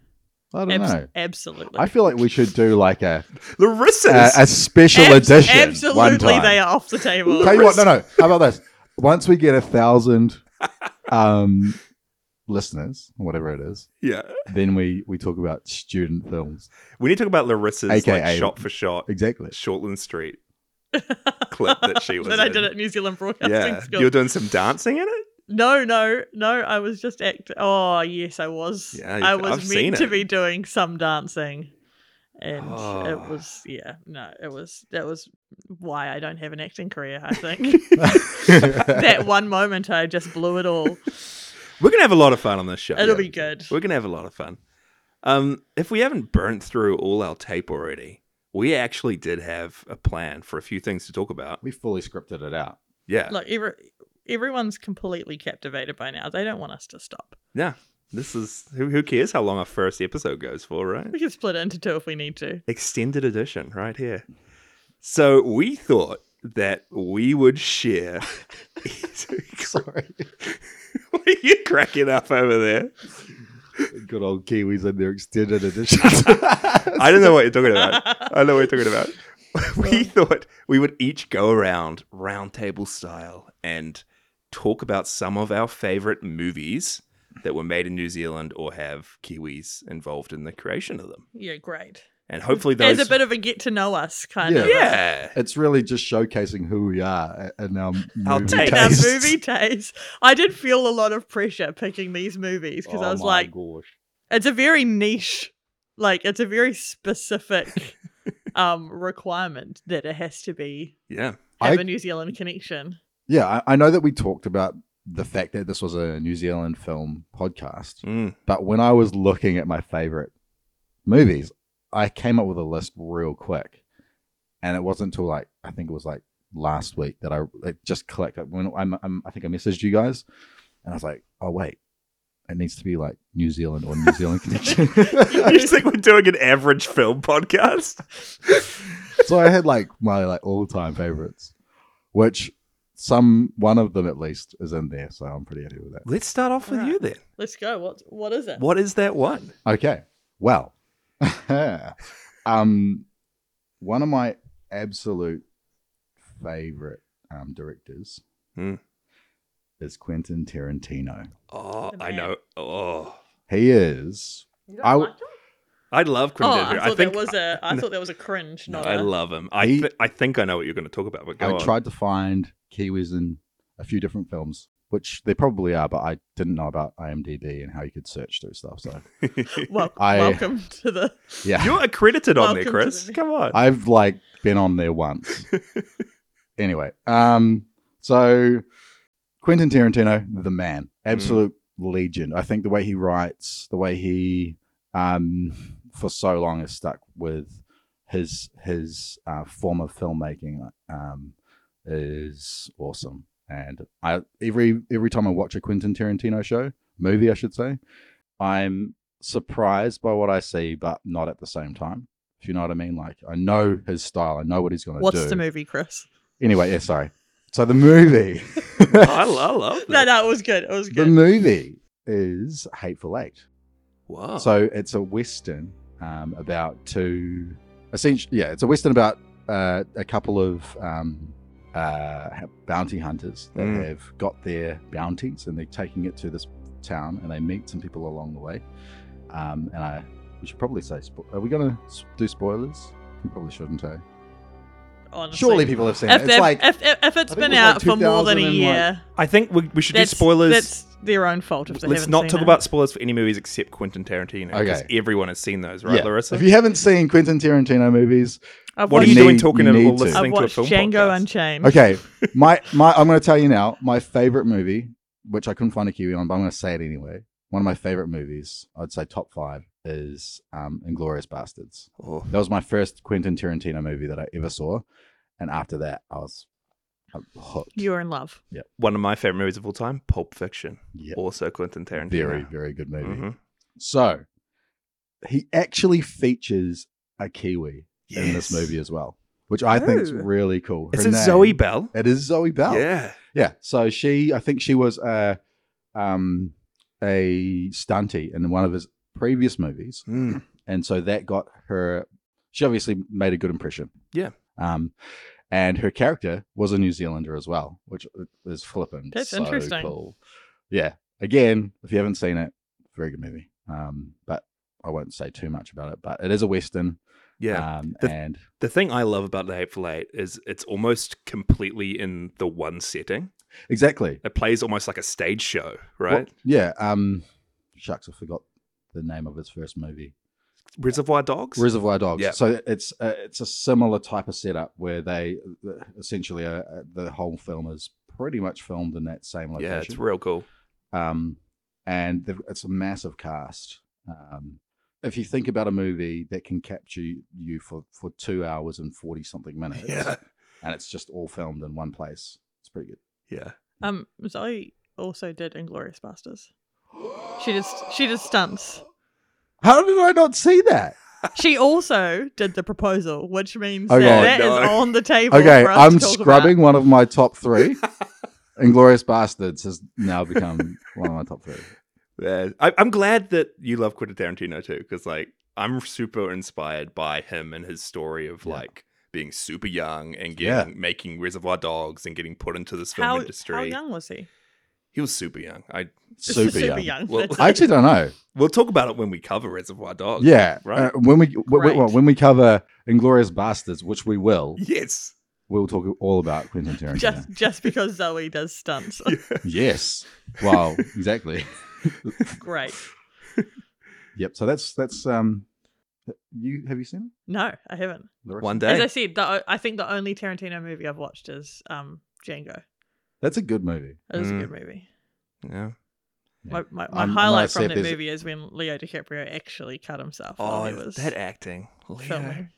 C: I don't
D: Abs-
C: know.
D: Absolutely.
C: I feel like we should do like a a,
B: Larissa's.
C: a special
D: Abs-
C: edition.
D: Absolutely,
C: one time.
D: they are off the table.
C: Tell you what, no, no. How about this? Once we get a thousand um, listeners, whatever it is,
B: yeah,
C: then we we talk about student films.
B: we need to talk about Larissa's like
C: AKA
B: shot for shot
C: Exactly.
B: Shortland Street clip that she was.
D: that I did
B: in.
D: at New Zealand Broadcasting
B: Yeah,
D: School.
B: you're doing some dancing in it.
D: No, no, no. I was just act. Oh, yes, I was.
B: Yeah,
D: I
B: you've-
D: was
B: I've
D: meant
B: seen
D: to
B: it.
D: be doing some dancing, and it
B: Oh.
D: was yeah. No, it was that was why I don't have an acting career. I think that one moment I just blew it all.
B: We're gonna have a lot of fun on this show.
D: It'll be good.
B: We're gonna have a lot of fun. Um, if we haven't burnt through all our tape already, we actually did have a plan for a few things to talk about.
C: we fully scripted it out.
B: Yeah,
D: Look, every, everyone's completely captivated by now. They don't want us to stop.
B: this is who, who cares how long our first episode goes for, right?
D: We can split it into two if we need to.
B: Extended edition, right here. So we thought that we would share.
C: Sorry.
B: what are you cracking up over there?
C: Good old Kiwis and their extended edition.
B: I don't know what you're talking about. I know what you're talking about. we thought we would each go around roundtable style and talk about some of our favorite movies that were made in New Zealand or have Kiwis involved in the creation of them.
D: yeah, great.
B: And hopefully
D: There's
B: those
D: a bit of a get to know us kind
C: Yeah.
D: of.
B: Yeah.
C: It's really just showcasing who we are a- and our
B: I'll
C: movie
B: take
D: in our
C: tastes.
D: movie days. I did feel a lot of pressure picking these movies because I
C: Oh
D: was
C: my
D: like,
C: gosh.
D: it's a very niche, like it's a very specific um requirement that it has to be
B: Yeah.
D: have
C: I-
D: a New Zealand connection.
C: yeah, I, I know that we talked about the fact that this was a New Zealand film podcast,
B: Mm.
C: but when I was looking at my favorite movies, I came up with a list real quick, and it wasn't until like I think it was like last week that I it just clicked. Like, When I'm, I'm, I think I messaged you guys, and I was like, oh wait, it needs to be like New Zealand or New Zealand connection.
B: you think we're doing an average film podcast?
C: so I had like my like all time favorites, which some one of them at least is in there. So I'm pretty happy with that.
B: Let's start off with
D: All
B: you
D: right.
B: then.
D: Let's go. What what is it?
B: What is that one?
C: Okay. Well, um, one of my absolute favorite um, directors
B: Hmm.
C: is Quentin Tarantino.
B: Oh,
D: The
B: I
D: man.
B: know. Oh.
C: He is.
D: You
C: I w-
D: like it?
B: I love
D: Oh,
B: Quentin
D: I
B: Tarantino.
D: thought
B: think
D: that was a. I
B: no.
D: thought that was a cringe.
B: No,
D: Not
B: I
D: a-
B: love him. I
C: He-
B: th- I think I know what you're going to talk about, but go
C: I
B: on.
C: tried to find Kiwis in a few different films, which they probably are, but I didn't know about IMDb and how you could search through stuff. So
D: Well,
C: I-
D: welcome to the.
C: yeah,
B: You're accredited on there,
D: Welcome to
B: Chris.
D: the-
B: Come on.
C: I've like been on there once. anyway, um, so Quentin Tarantino, the man, absolute legend. I think the way he writes, the way he um, for so long is stuck with his his uh, form of filmmaking um, is awesome. And I every every time I watch a Quentin Tarantino show movie, I should say, I'm surprised by what I see, but not at the same time. If you know what I mean, like I know his style, I know what he's going to do.
D: What's the movie, Chris?
C: Anyway, yeah, sorry. So the movie,
B: I, lo- I love that.
D: No, no, it was good. It was
C: the
D: good.
C: movie is Hateful Eight.
B: Wow.
C: So it's a western um, about two, essentially, yeah, it's a western about uh, a couple of um, uh, ha- bounty hunters that
B: Mm.
C: have got their bounties and they're taking it to this town and they meet some people along the way. Um, and I, we should probably say, spo- are we going to do spoilers? We probably shouldn't, eh?
D: honestly.
C: Surely people have seen
D: if,
C: it. It's
D: they've-
C: like
D: if, if, if it's
C: I think
D: been
C: it was
D: out
C: like
D: for more than a
C: 2000 and, like,
D: year,
B: I think we, we should
D: that's,
B: do spoilers.
D: that's their own fault if they
B: Let's
D: haven't
B: not
D: seen
B: talk
D: it.
B: about spoilers for any movies except Quentin Tarantino. Because
C: Okay.
B: everyone has seen those, right,
C: yeah.
B: Larissa?
C: If you haven't seen Quentin Tarantino movies,
D: I've
B: what are
D: watched,
B: you
C: you
B: doing
C: need-
B: talking
C: you
B: to
C: need
B: or
C: to.
B: listening
D: I've
B: to a
D: watched
B: film
D: Django
B: podcast?
D: Unchained.
C: okay, my my I'm going to tell you now. My favorite movie, which I couldn't find a Kiwi on, but I'm going to say it anyway. One of my favorite movies, I'd say top five, is um, Inglorious Bastards.
B: Oh.
C: That was my first Quentin Tarantino movie that I ever saw, and after that, I was I was hooked.
D: You're in love.
B: One of my favorite movies of all time, Pulp Fiction.
C: yeah,
B: Also Quentin Tarantino.
C: very very good movie.
B: Mhm.
C: So he actually features a Kiwi in
B: Yes.
C: this movie as well, which I think is
D: Oh.
C: really cool.
B: Is
C: Her
B: it
C: name-
B: Zoe Bell?
C: It is Zoe Bell.
B: Yeah.
C: Yeah. So she, I think she was a, um, a stunty in one of his previous movies,
B: Mm.
C: and so that got her. She obviously made a good impression.
B: Yeah.
C: Um, and her character was a New Zealander as well, which is flipping.
D: That's
C: so
D: interesting.
C: Cool. Yeah. Again, if you haven't seen it, very good movie. Um, but I won't say too much about it. But it is a western.
B: Yeah.
C: Um,
B: The-
C: and
B: The thing I love about The Hateful Eight is it's almost completely in the one setting.
C: exactly.
B: It plays almost like a stage show, right?
C: What- yeah. Um, shucks, I forgot the name of his first movie.
B: Reservoir Dogs?
C: Reservoir Dogs.
B: Yeah.
C: So it's uh, it's a similar type of setup where they uh, essentially uh, uh, the whole film is pretty much filmed in that same location.
B: yeah, it's real cool.
C: um, and they've- it's a massive cast. Um, if you think about a movie that can capture you for for two hours and forty something minutes, and it's just all filmed in one place, it's pretty good.
B: Yeah.
D: Um, Zoe also did Inglorious Bastards. She just she just stunts.
C: How did I not see that?
D: She also did the proposal, which means
C: Okay.
D: that, that is
B: Oh, no.
D: on the table.
C: Okay,
D: for us
C: I'm
D: to talk
C: scrubbing
D: About.
C: one of my top three. Inglorious Bastards has now become one of my top three.
B: Yeah. I, I'm glad that you love Quentin Tarantino too, because like I'm super inspired by him and his story of
C: Yeah.
B: like being super young and
C: Yeah.
B: getting making Reservoir Dogs and getting put into this film
D: How,
B: industry.
D: how young was he?
B: He was super young. I
C: Super,
D: super
C: young.
D: young.
B: Well,
D: That's
C: I
D: it.
C: actually don't know.
B: we'll talk about it when we cover Reservoir Dogs.
C: yeah,
B: right.
C: uh, when we w- w-
D: Right.
C: when we cover Inglorious Bastards, which we will,
B: Yes.
C: we'll talk all about Quentin Tarantino.
D: just just because Zoe does stunts.
C: Yes. Wow. exactly.
D: Great.
C: Yep. So that's that's um. You have you seen it?
D: No, I haven't.
C: Larissa?
B: One
D: As I
B: day.
D: said, the, o- I think the only Tarantino movie I've watched is um, Django.
C: That's a good movie.
D: It was
B: Mm.
D: a good movie.
B: Yeah.
C: Yeah.
D: My, my, my
C: I'm- I'm
D: highlight
C: gonna say
D: from
C: if
D: that
C: there's-
D: movie is when Leo DiCaprio actually cut himself. while
B: Oh,
D: he was
B: that acting. Leo.
D: filming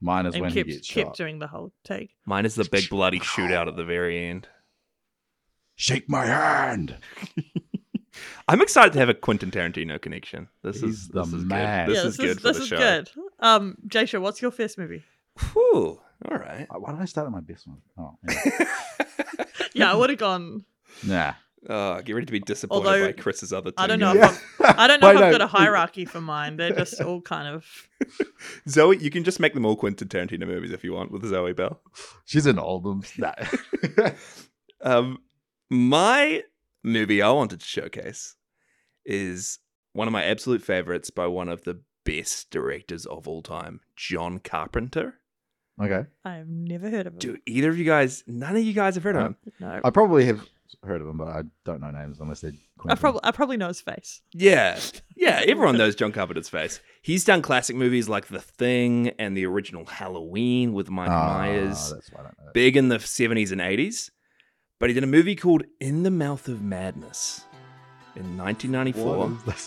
C: Mine is when
D: and
C: he
D: kept
C: gets
D: kept
C: shot.
D: doing the whole take.
B: Mine is the big bloody shootout at the very end.
C: Shake my hand.
B: I'm excited to have a Quentin Tarantino connection. This
C: He's
B: is
C: the
B: this is
C: man.
B: good. This
D: yeah,
B: is good for
D: this
B: the
D: is
B: show.
D: good. Um, Jay Shaw, what's your first movie?
B: Whew. All right.
C: Uh, Why don't I start at my best one? Oh, yeah.
D: Yeah, I would have gone.
C: nah.
B: Oh, get ready to be disappointed
D: Although-
B: by Chris's other two.
D: I don't know
B: guys.
D: if I don't know if
C: Why
D: I've
C: not?
D: got a hierarchy for mine. They're just all kind of.
B: Zoe, you can just make them all Quentin Tarantino movies if you want with Zoe Bell.
C: She's an old one. Nah.
B: Um, my movie I wanted to showcase is one of my absolute favorites by one of the best directors of all time, John Carpenter.
C: okay.
D: I have never heard of it.
B: Do either of you guys? None of you guys have heard of him.
D: No,
C: I probably have heard of him, but I don't know names unless they're.
D: I
C: Quentin.
D: probably I probably know his face.
B: Yeah. Yeah, everyone knows John Carpenter's face. He's done classic movies like The Thing and the original Halloween with Mike
C: Ah,
B: Myers,
C: That's why I don't know.
B: big in the 70s and 80s. But he did a movie called In the Mouth of Madness in 1994.
C: What is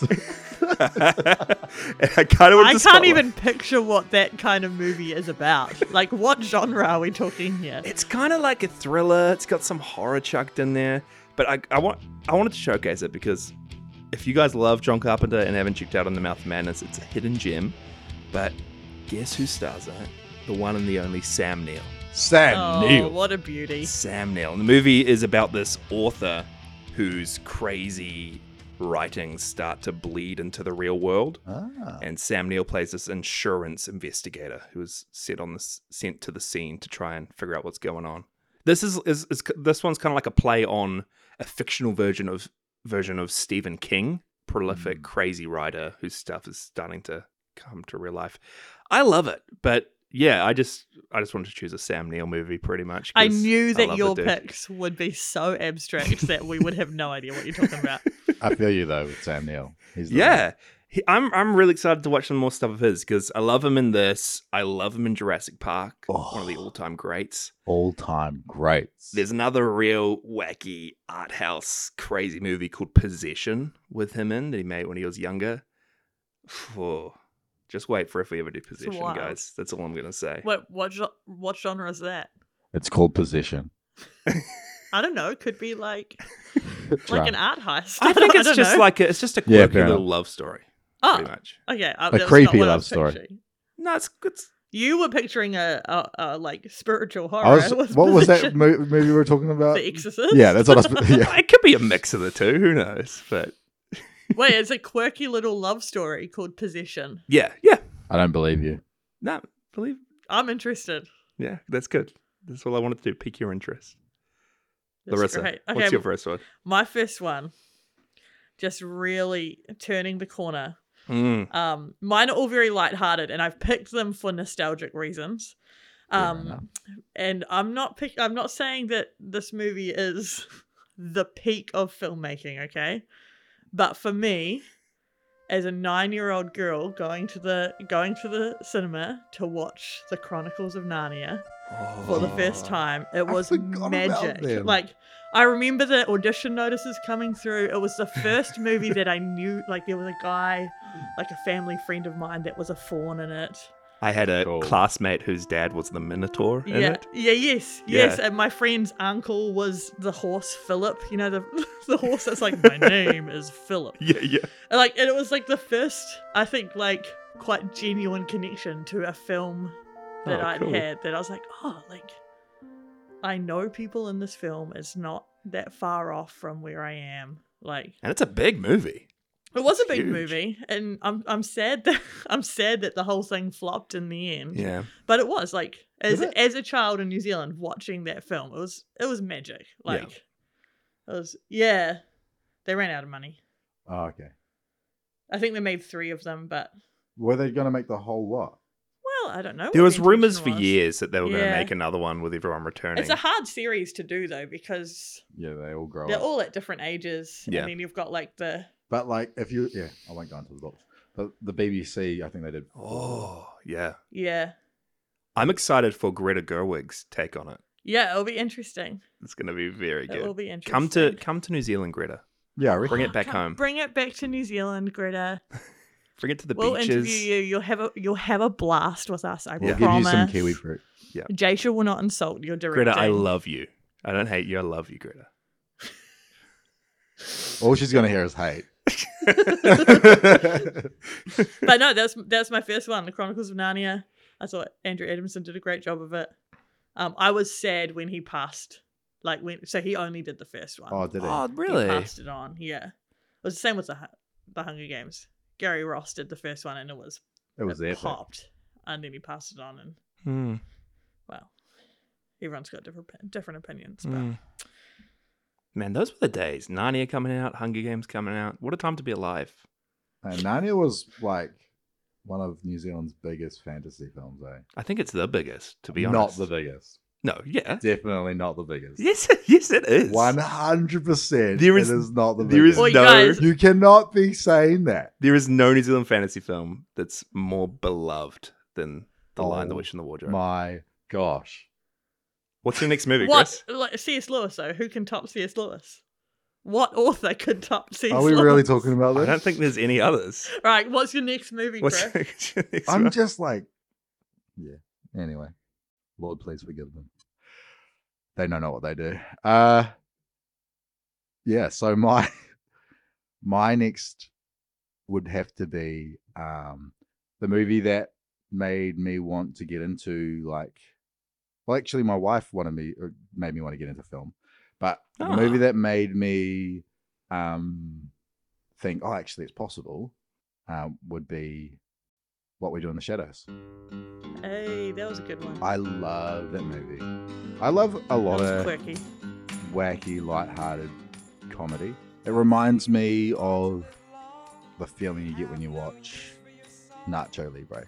C: this?
B: and I kind of
D: I can't even picture what that kind of movie is about. Like, what genre are we talking here?
B: It's kind of like a thriller. It's got some horror chucked in there, but I, I want I wanted to showcase it because if you guys love John Carpenter and haven't checked out on the Mouth of Madness, it's a hidden gem. But guess who stars in it? The one and the only Sam Neill.
C: Sam
D: Oh,
C: Neill.
D: what a beauty!
B: Sam Neill. And the movie is about this author whose crazy writings start to bleed into the real world.
C: Ah.
D: Uh,
B: And Sam Neill plays this insurance investigator who is sent on this sent to the scene to try and figure out what's going on. This is, is, is this one's kind of like a play on a fictional version of version of Stephen King,
D: Hmm.
B: prolific crazy writer whose stuff is starting to come to real life. I love it, but yeah, I just I just wanted to choose a Sam Neill movie pretty much.
D: I
B: 'cause
D: knew that
B: love the
D: your
B: dude.
D: picks would be so abstract that we would have no idea what you're talking about.
C: I feel you though with Sam Neill. He's the
B: Yeah. He, I'm I'm really excited to watch some more stuff of his because I love him in this. I love him in Jurassic Park, one of the
C: Oh.
B: all-time greats.
C: all-time greats.
B: There's another real wacky art house crazy movie called Possession with him in that he made when he was younger. Oh, just wait for if we ever do Possession,
D: wild.
B: guys. That's all I'm gonna say.
D: What what gen- what genre is that?
C: It's called Possession.
D: I don't know. It could be like like
C: Drunk.
D: an art heist.
B: I think it's
D: don't
B: just
D: know.
B: like a, it's just a quirky
C: Yeah, fair
B: little
C: enough.
B: love story,
D: oh
B: pretty much.
D: okay uh,
C: A
D: that was not
C: creepy
D: what I
C: love
D: was
C: story.
D: picturing.
B: No, it's it's
D: You were picturing a, a, a like spiritual horror.
C: I was,
D: It
C: what was that
D: Possession.
C: mo- movie we were talking about?
D: The Exorcist.
C: Yeah, that's what I was. Yeah.
B: it could be a mix of the two. Who knows? But
D: Wait, it's a quirky little love story called Possession.
B: yeah, yeah.
C: I don't believe you.
B: No, believe
D: I'm interested.
B: Yeah, that's good. That's all I wanted to do. Pique your interest.
D: That's
B: Larissa,
D: great.
B: what's your first one?
D: my first one, just really turning the corner.
B: Mm.
D: Um, mine are all very lighthearted, and I've picked them for nostalgic reasons.
C: Fair enough.
D: Um, and I'm not pick. I'm not saying that this movie is the peak of filmmaking. Okay, but for me, as a nine-year-old girl going to the going to the cinema to watch the Chronicles of Narnia, for the first time. It
C: Oh. I
D: was
C: forgot about
D: magic.
C: them.
D: Like I remember the audition notices coming through. It was the first movie that I knew. Like there was a guy, like a family friend of mine, that was a fawn in it.
B: I had a
C: Cool.
B: classmate whose dad was the Minotaur in
D: yeah,
B: it.
D: yeah, yes,
B: Yeah.
D: yes. And my friend's uncle was the horse Philip. You know the the horse that's like my name is Philip.
B: Yeah, yeah.
D: And, like and it was like the first i think like quite genuine connection to a film that
B: Oh,
D: i'd
B: cool.
D: had that i was like oh like i know people in this film it's not that far off from where i am like
B: And it's a big movie.
D: it was a big
B: Huge.
D: movie and i'm i'm sad that i'm sad that the whole thing flopped in the end
B: Yeah.
D: but it was like as
C: Was it?
D: as a child in new zealand watching that film it was it was magic
B: Yeah.
D: like it was yeah they ran out of money
C: Oh, okay.
D: i think they made 3 of them but
C: Were they going to make the whole lot?
D: Well, I don't know.
B: There
D: what
B: was
D: the
B: rumors for
D: intention was.
B: years that they were going
D: Yeah.
B: to make another one with everyone returning.
D: It's a hard series to do though because
C: Yeah, they all grow
D: they're
C: up.
D: all at different ages,
B: Yeah.
D: and then you've got like the
C: But like, if you, yeah, I won't go into the books. But the BBC, I think they did.
B: oh, yeah.
D: yeah,
B: I'm excited for Greta Gerwig's take on it.
D: yeah. It'll be interesting.
B: It's going to be very
D: It will
B: good.
D: be interesting.
B: Come to come to New Zealand, Greta.
C: Yeah, I
B: Bring
C: reckon.
B: it back
D: Come-
B: home.
D: Bring it back to New Zealand, Greta.
B: Bring it to the
D: we'll
B: beaches.
D: interview you. You'll have a you'll have a blast with us. I
C: We'll give
D: promise.
C: you some kiwi fruit.
D: Jasha will not insult your directing.
B: Greta, I love you. I don't hate you. I love you, Greta.
C: All she's going to hear is hate.
D: But no, that's that's my first one, The Chronicles of Narnia. I thought Andrew Adamson did a great job of it. Um, I was sad when he passed. Like when, so he only did the first one.
C: oh, did he?
B: oh,
D: He
B: really?
D: passed it on. Yeah, it was the same with the Hu- the Hunger Games. Gary Ross did the first one, and it was
C: it was epic.
D: popped, and then he passed it on, and
B: Hmm.
D: well, everyone's got different op- different opinions. But
C: Hmm.
B: Mm. Man, those were the days. Narnia coming out, Hunger Games coming out. What a time to be alive.
C: And Narnia was like one of New Zealand's biggest fantasy films, eh?
B: I think it's the biggest, to be
C: Not
B: honest.
C: the biggest.
B: No, yeah.
C: Definitely not the biggest.
B: Yes, yes, it is.
C: One hundred percent.
B: There
C: There
B: is-
C: is, not the
B: There is
C: biggest.
D: Oi,
B: no
D: guys.
C: you cannot be saying that.
B: there is no New Zealand fantasy film that's more beloved than The Lion, the
C: Oh,
B: Witch and the Wardrobe.
C: My gosh.
B: What's your next movie,
D: what?
B: Chris?
D: Like C.S. Lewis, though. Who can top C.S. Lewis? What author could top C.S.
C: Are we
D: Lewis?
C: really talking about this?
B: I don't think there's any others.
D: Right. What's your next movie,
B: What's
D: Chris?
B: your next
C: I'm
B: one?
C: just like, yeah. Anyway, Lord, please forgive them. They don't know what they do. Uh, yeah. So my my next would have to be um the movie that made me want to get into like, well, actually, my wife wanted me or made me want to get into film, but the movie
B: Ah.
C: that made me um think, oh, actually, it's possible, um, would be what We Do in the Shadows.
D: Hey, that was a good one.
C: I love that movie. I love a
D: that
C: lot
D: was
C: of
D: quirky.
C: wacky, light-hearted comedy. It reminds me of the feeling you get when you watch Nacho Libre.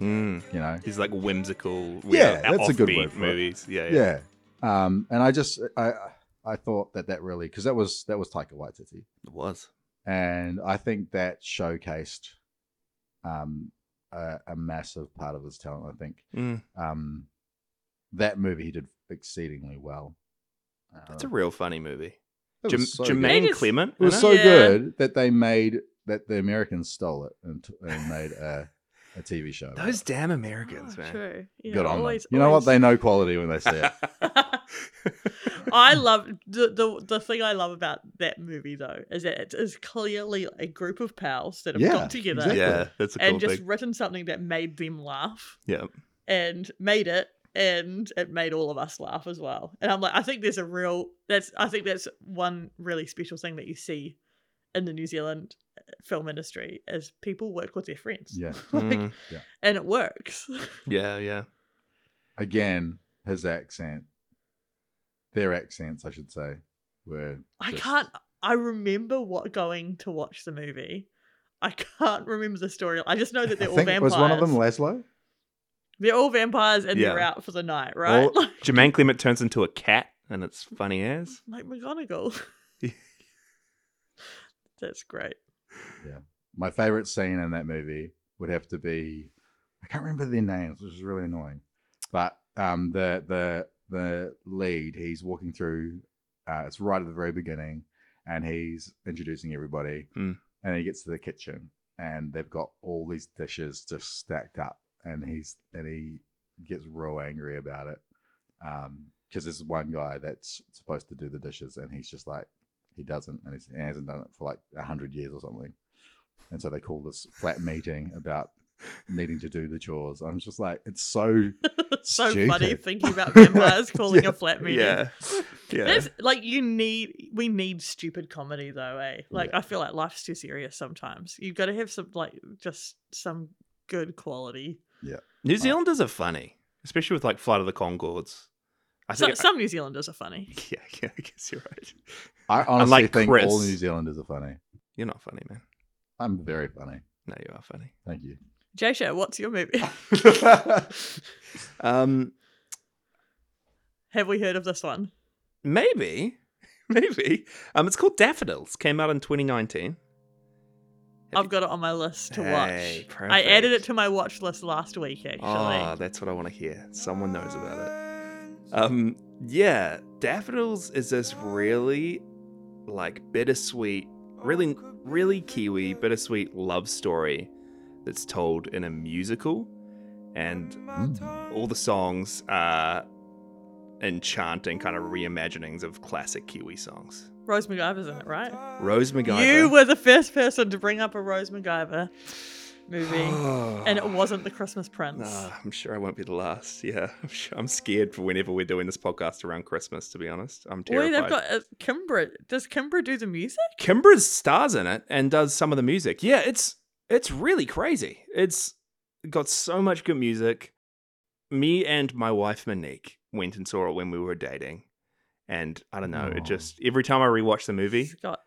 B: Mm.
C: you know.
B: He's like whimsical.
C: Yeah, that's a good
B: offbeat
C: word for it.
B: movies. Yeah, yeah.
C: Yeah. Um, and I just I I thought that that really because that was that was Taika Waititi,
B: It was.
C: and I think that showcased um a, a massive part of his talent. I think
B: Mm.
C: um that movie he did exceedingly well.
B: That's a
C: Um,
B: real funny movie.
C: it
B: Jam-
C: was so good.
B: Jermaine
D: They just-
B: Clement.
C: It was
B: in
C: so
D: Yeah.
C: good that they made that the Americans stole it and, t- and made a, a TV show. about
B: Those
C: it.
B: damn Americans,
D: Oh,
B: man.
D: True. Yeah,
C: good on
D: always-
C: them. You know what?
D: always-
C: They know quality when they see it.
D: I love the, the the thing I love about that movie though is that it is clearly a group of pals that have
C: Yeah,
D: got together
C: exactly.
B: yeah, that's a cool
D: and just
B: thing.
D: written something that made them laugh.
B: Yeah.
D: and made it and it made all of us laugh as well and i'm like i think there's a real that's i think that's one really special thing that you see in the new zealand film industry is people work with their friends
C: Yeah.
D: like,
B: Mm.
D: and it works
B: Yeah, yeah.
C: Again, his accent, their accents, I should say, were.
D: i
C: just-
D: can't i remember what going to watch the movie i can't remember the story i just know that they're
C: I
D: all
C: think
D: vampires
C: was one of them Laszlo.
D: they're all vampires and they're
B: Yeah.
D: out for the night right
B: Or Jermaine Clement turns into a cat, and it's funny as.
D: like mcgonagall that's great
C: My favorite scene in that movie would have to be, I can't remember their names, which is really annoying. But um, the the the lead, he's walking through. Uh, it's right at the very beginning, and he's introducing everybody.
B: Mm.
C: And he gets to the kitchen, and they've got all these dishes just stacked up, and he's and he gets real angry about it. Um, because there's one guy that's supposed to do the dishes, and he's just like, he doesn't, and he's, he hasn't done it for like a hundred years or something. And so they call this flat meeting about needing to do the chores. I'm just like, it's so
D: so funny
C: Stupid.
D: thinking about vampires calling
C: Yeah.
D: a flat meeting.
B: Yeah, yeah.
D: That's like you need we need stupid comedy though, eh? Like
C: Yeah.
D: I feel like life's too serious sometimes. You've got to have some like just some good quality.
B: New Zealanders are funny, especially with like Flight of the Concords. I
D: So,
B: think.
D: some New Zealanders are funny.
B: yeah, yeah. I guess you're right.
C: I honestly
B: Unlike
C: think
B: Chris.
C: all New Zealanders are funny.
B: You're not funny, man.
C: I'm very funny.
B: No, you are funny.
C: Thank you.
D: Jay Shay, what's your movie?
B: um,
D: have we heard of this one?
B: maybe, maybe. Um, it's called Daffodils. Came out in 2019. Have
D: I've got it on my list to
B: Hey,
D: watch. I added it
B: perfect.
D: to my watch list last week actually.
B: Ah, that's what I want to hear. Someone knows about it. Um, yeah, Daffodils is this really like bittersweet, really, really Kiwi bittersweet love story that's told in a musical, and
C: Mm.
B: all the songs are enchanting kind of reimaginings of classic Kiwi songs.
D: Rose MacGyver's in it, right?
B: Rose MacGyver.
D: You were the first person to bring up a Rose MacGyver movie. And it wasn't the Christmas Prince.
B: Ah, I'm sure I won't be the last. Yeah, I'm, sure, I'm scared for whenever we're doing this podcast around Christmas. To be honest, I'm
D: Wait,
B: terrified.
D: they've got uh, Kimbra. Does Kimbra do the music?
B: Kimbra stars in it and does some of the music. Yeah, it's it's really crazy. It's got so much good music. Me and my wife Monique went and saw it when we were dating, and I don't know. It
C: Aw.
B: just every time I rewatch the movie,
D: It's got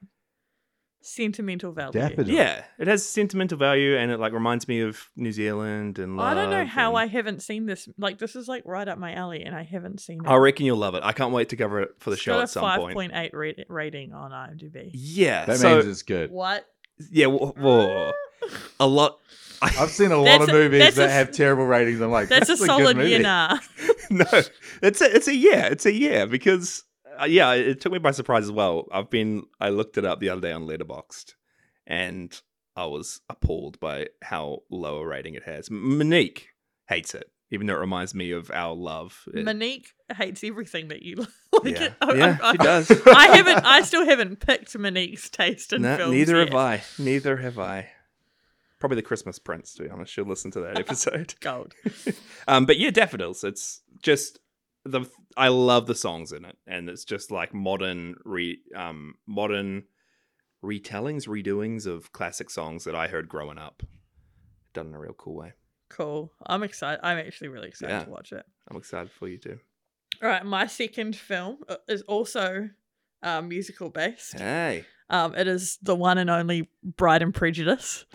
D: sentimental value.
C: Daffodil.
B: yeah, it has sentimental value and it like reminds me of New Zealand and love.
D: I don't know how
B: and-
D: I haven't seen this. Like this is like right up my alley, and I haven't seen it.
B: I reckon you'll love it. I can't wait to cover it for the
D: It's
B: show
D: got
B: at
D: a
B: some
D: five
B: point.
D: point eight rate- rating on IMDb.
B: Yeah,
C: That
B: so
C: means it's good.
D: What?
B: yeah, whoa, whoa. a lot.
C: I've seen a lot
D: That's
C: of
D: a-
C: movies
D: that's a
C: that
D: s-
C: have terrible ratings. I'm like,
D: That's,
C: that's,
D: a, solid
C: good
D: year
C: movie.
D: nah.
B: no, it's a it's a yeah, it's a yeah because uh, yeah, it took me by surprise as well. I've been I looked it up the other day on Letterboxd, and I was appalled by how low a rating it has. M- Monique hates it, even though it reminds me of our love. It-
D: Monique hates everything that you like.
B: yeah,
D: It. I,
B: yeah,
D: I,
B: she
D: I,
B: does.
D: I haven't. I still haven't picked Monique's taste in
B: No,
D: films.
B: neither
D: yet.
B: have I. Neither have I. Probably the Christmas Prince, to be honest. She'll listen to that episode.
D: Gold.
B: um, but yeah, daffodils. It's just the I love the songs in it, and it's just like modern re um modern retellings, redoings of classic songs that I heard growing up, done in a real cool way.
D: Cool. I'm excited. I'm actually really excited
B: Yeah.
D: to watch it.
B: I'm excited for you too.
D: All right, my second film uh, is also uh, musical based.
B: Hey,
D: Um, it is the one and only Bride and Prejudice.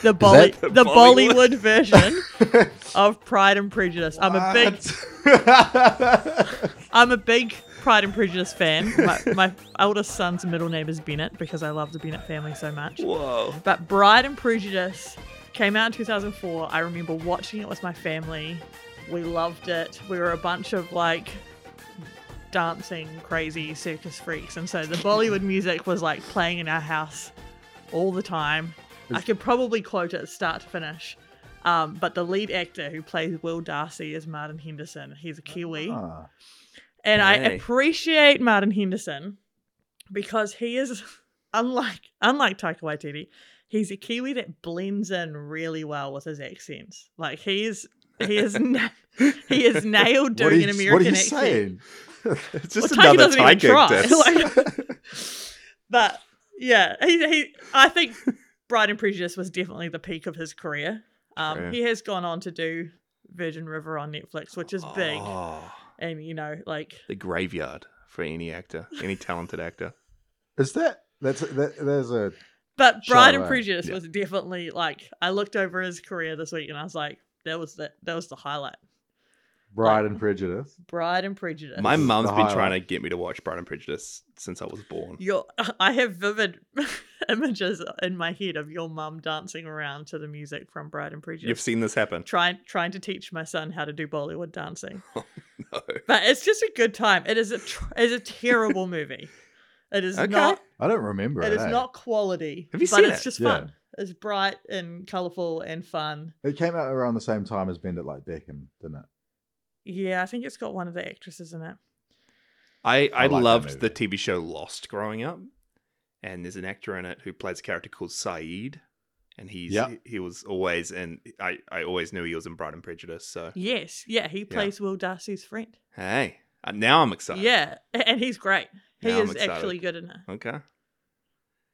D: the Bolly,
C: that
B: the
D: the
B: Bollywood?
D: Bollywood version of Pride and Prejudice. I'm a big
C: What?
D: I'm a big Pride and Prejudice fan. My, my eldest son's middle name is Bennett because I love the Bennett family so much.
B: Whoa.
D: But Bride and Prejudice came out in 2004. I remember watching it with my family. We loved it. We were a bunch of like dancing, crazy circus freaks. And so the Bollywood music was like playing in our house all the time. I could probably quote it start to finish. Um, but the lead actor who plays Will Darcy is Martin Henderson. He's a Kiwi.
C: Ah.
D: And I
B: Hey.
D: appreciate Martin Henderson because he is unlike unlike Taika Waititi, he's a Kiwi that blends in really well with his accents. Like he is he is na- he is nailed
C: What are
D: doing
C: you-
D: an American
C: what are you
D: accent.
C: saying?
B: It's just
D: Well, Taika
B: another
D: doesn't even
B: Tiger
D: try.
B: diss.
D: Like- but yeah, he, he I think Bride and Prejudice was definitely the peak of his career. Um,
B: True.
D: He has gone on to do Virgin River on Netflix, which is big,
B: Oh,
D: and you know, like
B: the graveyard for any actor, any talented actor.
C: Is that that's that, there's a
D: But
C: Sure,
D: Bride and
C: right.
D: Prejudice
C: Yeah.
D: was definitely like I looked over his career this week and I was like, that was the that was the highlight.
C: Bride and Prejudice.
D: Bride and Prejudice.
B: My
C: This is
B: mum's
C: the
B: been
C: highlight.
B: trying to get me to watch Pride and Prejudice since I was born.
D: your I have vivid images in my head of your mum dancing around to the music from Bride and Prejudice.
B: You've seen this happen.
D: trying trying to teach my son how to do Bollywood dancing.
B: No.
D: But it's just a good time. It is a tr- it is a terrible movie. It is
B: Okay.
D: not
C: I don't remember
D: it
C: it.
D: is
C: eh?
D: not quality.
B: Have you
D: but
B: seen
D: it's
B: it?
D: just
C: Yeah.
D: fun. It's bright and colourful and fun.
C: It came out around the same time as Bend It Like Beckham, didn't it?
D: Yeah, I think it's got one of the actresses in it.
B: I, I,
C: I like that
B: loved the
C: movie.
B: TV show Lost growing up, and there's an actor in it who plays a character called Saeed, and he's
C: Yeah.
B: he, he was always in. I I always knew he was in Bride and Prejudice. So
D: Yes, yeah, he plays Will Darcy's friend.
B: hey, uh, now I'm excited.
D: Yeah, a- and he's great. He
B: Now I'm
D: is
B: excited.
D: actually good in it.
B: Okay.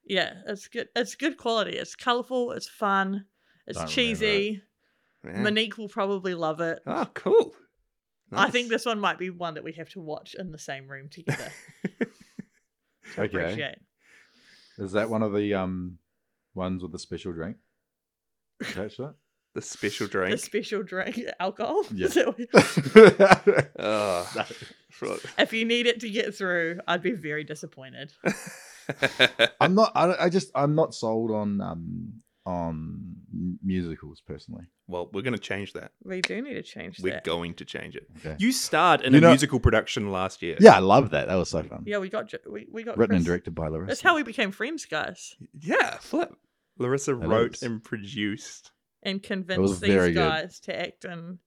D: Yeah, it's good. It's good quality. It's colourful. It's fun. It's
C: Don't remember
D: cheesy.
B: Yeah.
D: Monique will probably love it.
B: oh, cool.
D: I think
B: Nice.
D: this one might be one that we have to watch in the same room together. to
C: Okay.
D: appreciate.
C: Is that one of the um ones with the special drink? Attached to
B: the special
D: The
B: drink.
D: special drink alcohol.
C: Yeah.
D: So
C: it?
B: Ugh. Sure.
D: if you need it to get through, I'd be very disappointed.
C: I'm not. I, don't- I just. I'm not sold on um on m- musicals personally.
B: well, we're going to change that.
D: We do need to change
B: We're
D: that.
B: going to change it.
C: Okay.
B: You starred in
C: You
B: a
C: know-
B: musical production last year.
C: Yeah, I love that. That was so fun.
D: yeah, we got ju- we, we got
C: Written and
D: Chris.
C: directed by Larissa.
D: That's how we became friends, guys.
B: Yeah, flip. Larissa
C: That
B: wrote
C: is.
B: and produced.
D: and
C: was
D: convinced
C: very
D: these
C: good.
D: guys to act in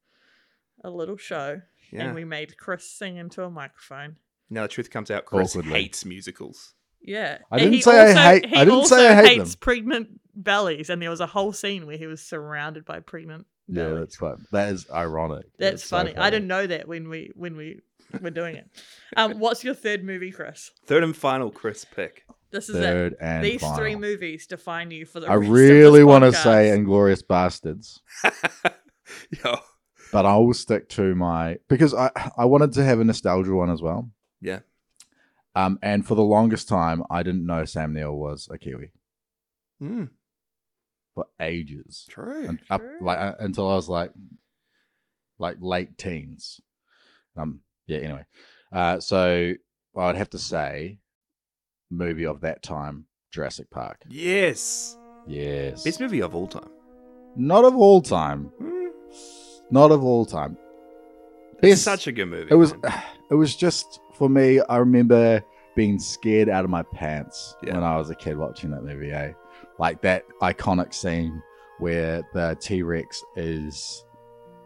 D: a little show.
B: Yeah.
D: And we made Chris sing into a microphone.
B: now the truth comes out. Chris
C: Awkwardly.
B: hates musicals.
D: Yeah.
C: I
D: And
C: didn't
D: he
C: say I
D: also-
C: hate-
D: He
C: I didn't
D: also
C: say I hate
D: hates
C: them.
D: pregnant bellies, and there was a whole scene where he was surrounded by pregnant
C: Yeah,
D: bellies.
C: that's fun. That is ironic.
D: That's
C: so
D: funny. I didn't know that when we when we were doing it. Um, what's your third movie, Chris?
B: Third and final Chris pick.
D: This is it.
C: Third and
D: These three
C: final.
D: movies define you for the.
C: I really
D: want to
C: say Inglorious Bastards,
B: Yo.
C: but I will stick to my because I I wanted to have a nostalgia one as well.
B: Yeah.
C: Um, and for the longest time, I didn't know Sam Neill was a Kiwi
B: Mm,
C: for ages,
B: true.
C: and up,
D: Sure.
C: like uh, until I was like, like late teens. Um. Yeah. Anyway, uh, so I would have to say, movie of that time, Jurassic Park.
B: Yes.
C: Yes.
B: Best movie of all time.
C: Not of all time.
B: Mm,
C: Not of all time.
B: it's
C: Best-
B: such a good movie.
C: It was.
B: man.
C: It was just for me. I remember being scared out of my pants
B: Yeah.
C: when I was a kid watching that movie. Eh? Like that iconic scene where the T Rex is,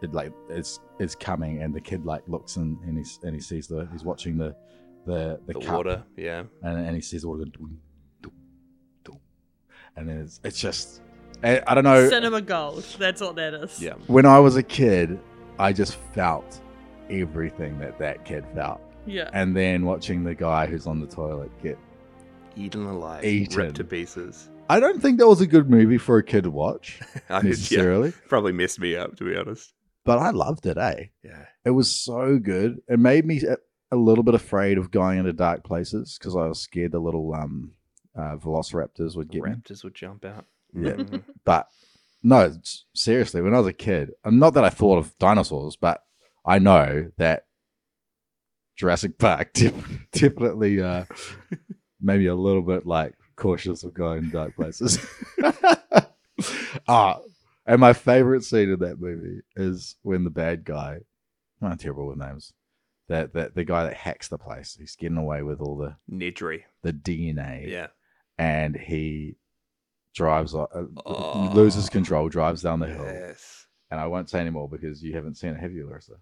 C: it like is is coming, and the kid like looks and and he and he sees the he's watching the the the,
B: the
C: cup,
B: water. Yeah.
C: and and he sees the water, doing, doing, doing. and then it's it's just. I, I don't know
D: Cinema Gold. That's what that is.
B: Yeah.
C: when I was a kid, I just felt everything that that kid felt.
D: Yeah.
C: And then watching the guy who's on the toilet get.
B: Eaten alive.
C: Eaten.
B: Ripped to pieces.
C: I don't think that was a good movie for a kid to watch
B: I just, yeah,
C: necessarily,
B: probably messed me up, to be honest.
C: but I loved it, eh?
B: Yeah.
C: It was so good. It made me a- a little bit afraid of going into dark places because I was scared the little um, uh, velociraptors would
B: The
C: get me.
B: raptors would jump out.
C: Yeah.
B: Mm.
C: But No, s- seriously, when I was a kid, and not that I thought of dinosaurs, but I know that Jurassic Park def- definitely uh, maybe a little bit like cautious of going dark places. ah, and my favorite scene in that movie is when the bad guy, I'm terrible with names, that, that the guy that hacks the place, he's getting away with all the,
B: Nedry.
C: the DNA
B: Yeah.
C: and he drives o- uh,
B: Oh.
C: loses control, drives down the hill.
B: Yes.
C: And I won't say anymore because you haven't seen it, have you, Larissa?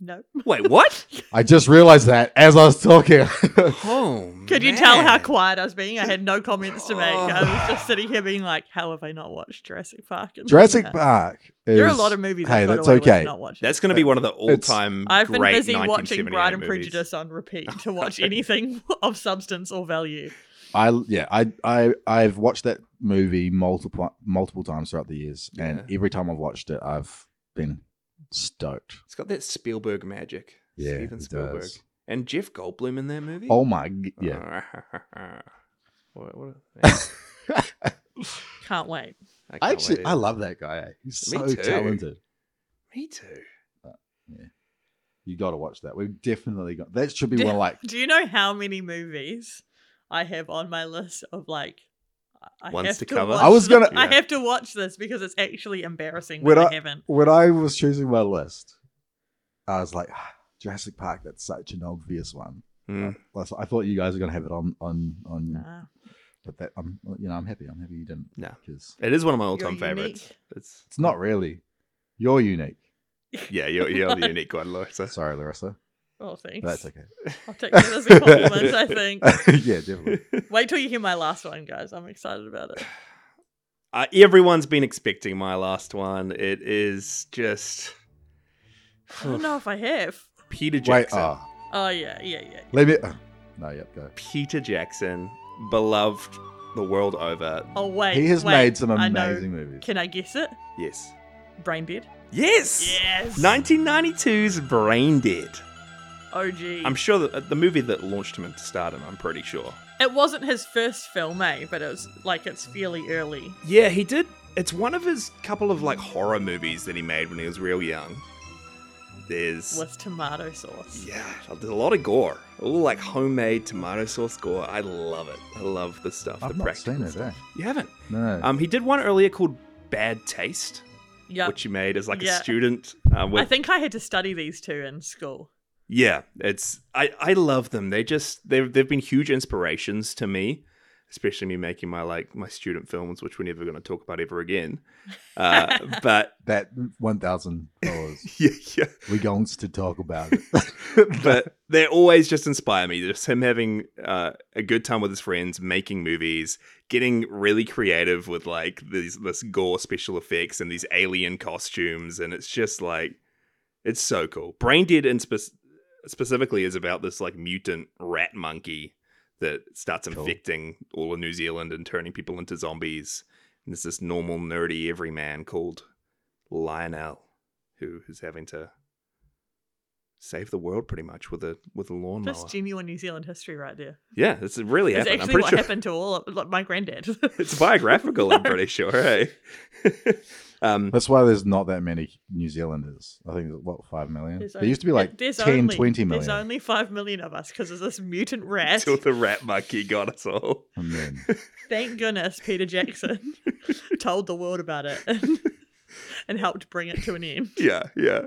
D: No.
B: Wait, what?
C: I just realized that as I was talking.
B: oh,
D: Could you tell how
B: man. Oh.
D: quiet I was being? I had no comments to make. I was just sitting here being like, how have I not watched Jurassic Park? and
C: Jurassic
D: that?
C: Park. Is,
D: There are a lot of movies
C: Hey,
D: I've got
C: that's
D: away
C: okay.
D: with not watching.
B: That's going to be one of the
C: It's-
B: all-time.
D: I've been
B: great
D: busy watching
B: 1978
D: Pride and
B: movies.
D: Prejudice on repeat to watch anything of substance or value.
C: I yeah, I I I've watched that movie multiple multiple times throughout the years, and
B: Yeah.
C: every time I've watched it, I've been stoked.
B: It's got that Spielberg magic.
C: Yeah,
B: Steven
C: it
B: Spielberg
C: does.
B: and Jeff Goldblum in that movie.
C: Oh my g- yeah.
B: what, what
D: Can't wait.
B: can't
C: I actually
B: wait
C: I
B: either.
C: love that guy. eh? He's
B: Me
C: so
B: too.
C: talented.
B: Me too.
C: You got to watch that. We've definitely got that. Should be one like
D: Do you know how many movies I have on my list of like I
B: Ones
D: have
B: to cover?
D: watch
C: I was gonna-
D: th- I
B: Yeah.
D: have to watch this because it's actually embarrassing
C: When
D: when I
C: I-
D: haven't.
C: when I was choosing my list, I was like, "Ah, Jurassic Park. That's such an obvious one.
B: Mm.
C: That's- I thought you guys were gonna have it on on on,
D: Nah.
C: but that I'm you know I'm happy. I'm happy you didn't.
B: No.
C: because
B: It is one of my all-time
D: You're
B: favorites.
D: unique.
B: It's
C: it's not really. You're unique.
B: yeah, you're, you're the unique one, Larissa.
C: Sorry, Larissa.
D: Oh, thanks.
C: That's okay.
D: I'll take that as a compliment, I think.
C: yeah, definitely.
D: Wait till you hear my last one, guys. I'm excited about it.
B: Uh, everyone's been expecting my last one. It is just
D: I don't know if I have.
B: Peter Jackson.
C: Wait, ah,
D: Oh, yeah, yeah, yeah.
C: let me. ah. no, yep, go.
B: Peter Jackson, beloved the world over.
D: Oh, wait.
C: he has
D: wait,
C: made some
D: I know.
C: amazing movies.
D: Can I guess it?
B: Yes.
D: Brain Dead?
B: Yes.
D: Yes.
B: 1992's Brain Dead.
D: OG.
B: I'm sure that uh, the movie that launched him into stardom. I'm pretty sure.
D: It wasn't his first film, eh? But it was like it's fairly early.
B: Yeah, he did. It's one of his couple of like horror movies that he made when he was real young. There's
D: with tomato sauce.
B: yeah, there's a lot of gore, all like homemade tomato sauce gore. I love it. I love the stuff.
C: I've
B: the
C: not
B: practical
C: seen it.
B: stuff.
C: Eh?
B: You haven't.
C: No,
B: Um, he did one earlier called Bad Taste,
D: Yep.
B: which he made as like
D: Yeah.
B: a student. Uh, with,
D: I think I had to study these two in school.
B: Yeah, it's I I love them. They just they've they've been huge inspirations to me, especially me making my like my student films, which we're never going to talk about ever again. Uh, but
C: that one thousand dollars.
B: yeah, yeah,
C: we going to talk about it.
B: but they always just inspire me. Just him having uh, a good time with his friends, making movies, getting really creative with like these this gore special effects and these alien costumes, and it's just like it's so cool. Brain Dead and spe- specifically is about this like mutant rat monkey that starts
C: Cool.
B: infecting all of New Zealand and turning people into zombies. And there's this normal nerdy everyman called Lionel who is having to save the world pretty much with a with a
C: Oh,
B: lawnmower.
D: Just genuine New Zealand history right there.
B: yeah, it's it really
D: It's
B: happened. I'm
D: actually
B: pretty
D: what
B: sure
D: happened to all of like, my granddad.
B: it's biographical. I'm pretty sure. Hey, um,
C: That's why there's not that many New Zealanders. I think, what, 5 million?
D: There's
C: there
D: on-
C: used to be like
D: there's
C: 10,
D: only,
C: 20
D: There's
C: million.
D: only 5 million of us because of this mutant rat.
B: until the rat monkey got us all.
C: And then-
D: Thank goodness Peter Jackson told the world about it and helped bring it to an end.
B: yeah, yeah.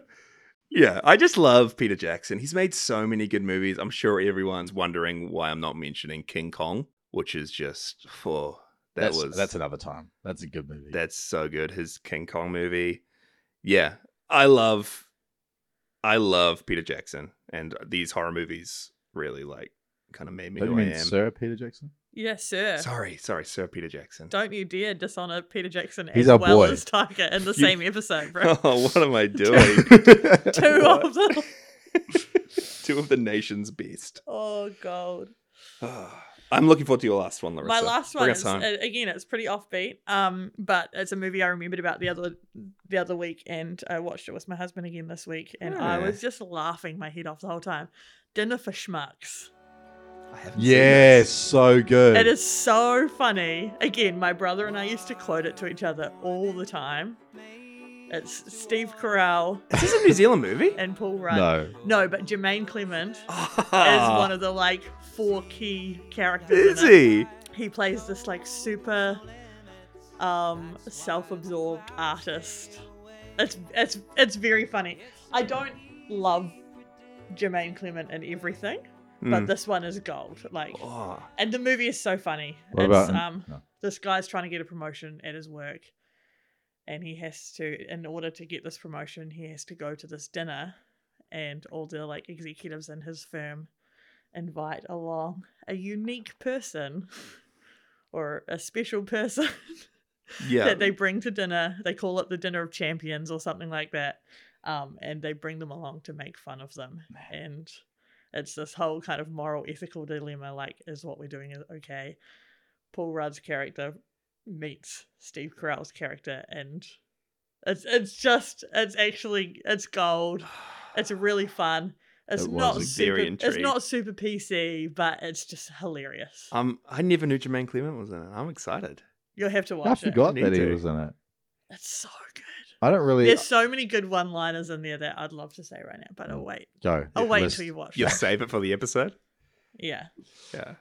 B: Yeah, I just love Peter Jackson. He's made so many good movies. I'm sure everyone's wondering why I'm not mentioning King Kong, which is just for that
C: that's,
B: was
C: that's another time. That's a good movie.
B: that's so good. His King Kong movie. Yeah, I love, I love Peter Jackson, and these horror movies really like kind of made me
C: Don't you
B: who I
C: mean
B: am.
C: Sir Peter Jackson?
D: Yes, sir.
B: Sorry, sorry, Sir Peter Jackson.
D: Don't you dare dishonor Peter Jackson
C: He's
D: as
C: our
D: well
C: boy.
D: as Tiger in the
B: You-
D: same episode, bro.
B: Oh, what am I doing?
D: Two of them.
B: Two of the nation's best.
D: Oh, God.
B: I'm looking forward to your last one, Larissa.
D: My last one
B: Bring us
D: is
B: home.
D: uh, again, it's pretty offbeat. Um, but it's a movie I remembered about the other the other week, and I watched it with my husband again this week, and I
B: Yeah.
D: was just laughing my head off the whole time. Dinner for Schmucks.
B: I haven't seen
C: Yes,
B: this.
C: so good.
D: It is so funny. Again, my brother and I used to quote it to each other all the time. It's Steve Carell
B: Is this a New Zealand movie?
D: and Paul Rudd.
C: No,
D: No, but Jermaine Clement is
B: Ah,
D: one of the like four key characters.
B: is
D: in it.
B: he?
D: He plays this like super um self-absorbed artist. It's it's it's very funny. I don't love Jermaine Clement and everything, but
B: Mm.
D: this one is gold. Like
B: Oh,
D: and the movie is so funny.
C: What
D: it's
C: about in-
D: um
C: no.
D: this guy's trying to get a promotion at his work and he has to in order to get this promotion, he has to go to this dinner and all the like executives in his firm invite along a unique person or a special person
B: yeah.
D: that they bring to dinner. They call it the dinner of champions or something like that. Um, and they bring them along to make fun of them. And it's this whole kind of moral ethical dilemma like, is what we're doing is okay? Paul Rudd's character meets Steve Carell's character and it's it's just it's actually it's gold. It's really fun. It's
C: It was
D: not
C: a
D: super,
B: very
D: it's
B: intrigued.
D: not super PC, but it's just hilarious.
C: Uh,
B: Um, I never knew Jermaine Clement was in it. I'm excited.
D: You'll have to watch
C: I
D: it.
C: forgot
B: Need
C: that he
B: to.
C: was in it.
D: It's so good.
C: I don't really
D: There's so many good one-liners in there that I'd love to say right now, but
B: Mm.
D: I'll wait.
C: go.
D: I'll wait
C: list-
D: until you watch.
B: You
D: it.
B: save it for the episode.
D: Yeah.
B: Yeah.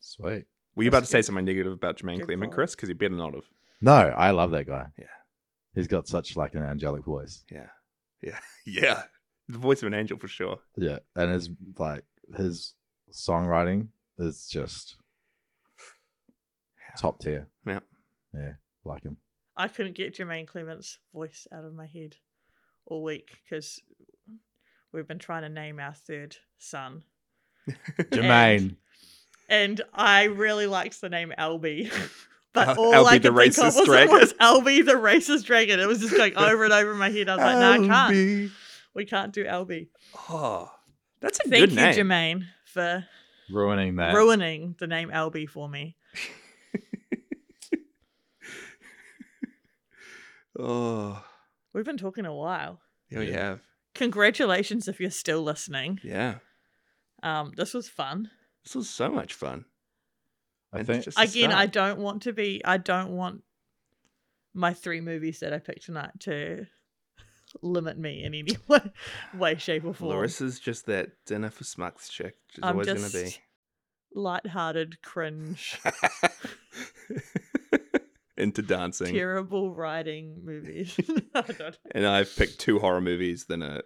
C: Sweet.
B: Were you about to
D: That's
B: say
D: good.
B: something negative about Jermaine
D: Good
B: Clement,
D: call.
B: Chris? Because you better not have.
C: No, I love that guy.
B: Yeah.
C: He's got such like an angelic voice.
B: Yeah. Yeah. Yeah. The voice of an angel for sure.
C: Yeah. And his like his songwriting is just top tier.
B: Yeah.
C: Yeah. Like him.
D: I couldn't get Jermaine Clement's voice out of my head all week because we've been trying to name our third son.
C: Jermaine.
D: And I really liked the name Albie. But
B: Al-
D: all
B: Albie
D: I
B: Uh, the
D: could think
B: racist
D: of was,
B: dragon.
D: was Albie the racist dragon. It was just going over and over in my head. I was like, no, I can't.
B: Albie.
D: We can't do Albie.
B: Oh, that's a good
D: Thank you,
B: name.
D: Jermaine, for
C: Ruining that.
D: ruining the name Albie for me.
B: Oh,
D: We've been talking a while.
B: yeah, we
C: Yeah.
B: have.
D: Congratulations if you're still listening.
B: Yeah.
D: Um, this was fun.
B: This was so much fun.
C: I
B: And
C: think
B: just the
D: Again, I
B: start.
D: don't want to be. I don't want my three movies that I picked tonight to limit me in any way, way shape, or form.
B: Loris is just that dinner for smucks chick. She's
D: I'm
B: always
D: just
B: going to
D: light-hearted, cringe,
B: be. Into dancing.
D: terrible writing movies. I don't know.
B: And I've picked two horror movies, then a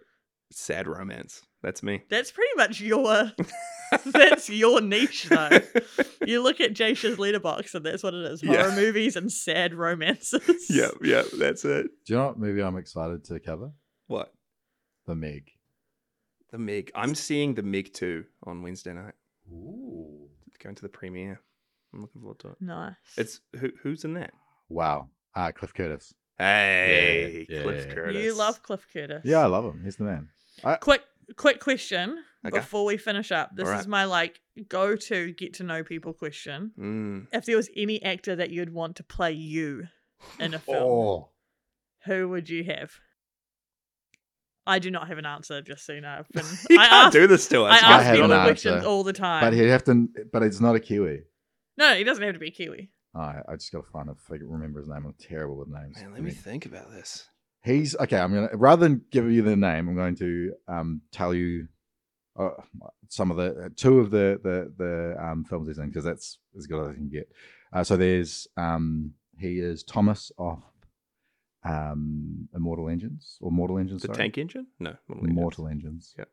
B: sad romance. That's me.
D: That's pretty much your. that's your niche, though. You look at Jasha's letterbox, and that's what it is:
B: Yeah.
D: horror movies and sad romances.
B: yeah, yeah, that's it.
C: Do you know what movie I'm excited to cover?
B: What?
C: The Meg.
B: The Meg. I'm seeing the Meg 2 on Wednesday night.
C: Ooh.
B: Going to the premiere. I'm looking forward to it.
D: Nice.
B: It's who, who's in that?
C: Wow. Ah, Cliff Curtis.
B: Hey,
C: Yeah,
B: Cliff
C: yeah.
B: Curtis.
D: You love Cliff Curtis.
C: Yeah, I love him. He's the man.
D: Quick, quick question
B: Okay.
D: before we finish up. This
B: Alright.
D: is my like go-to get to know people question.
B: Mm.
D: If there was any actor that you'd want to play you in a film,
C: Oh.
D: who would you have? I do not have an answer. Just so you know, I've been,
B: You
D: I
B: can't
D: ask,
B: do this to
D: I
B: us.
C: I
D: ask
C: have
D: people
C: an
D: questions
C: answer,
D: all the time.
C: But he'd have to but it's not a Kiwi. Oh,
D: no, he doesn't have to be Kiwi.
C: I I just gotta find a figure remember his name. I'm terrible with names.
B: Man,
C: I
B: let me
C: mean,
B: think about this.
C: He's okay. I'm gonna rather than give you the name, I'm going to um tell you uh, some of the uh, two of the the the um, films he's in because that's as good as I can get. Uh, so there's um he is Thomas off um Immortal Engines or Mortal Engines.
B: The
C: sorry.
B: Tank Engine? No, Mortal Engines.
C: Immortal Engines.
B: Yeah.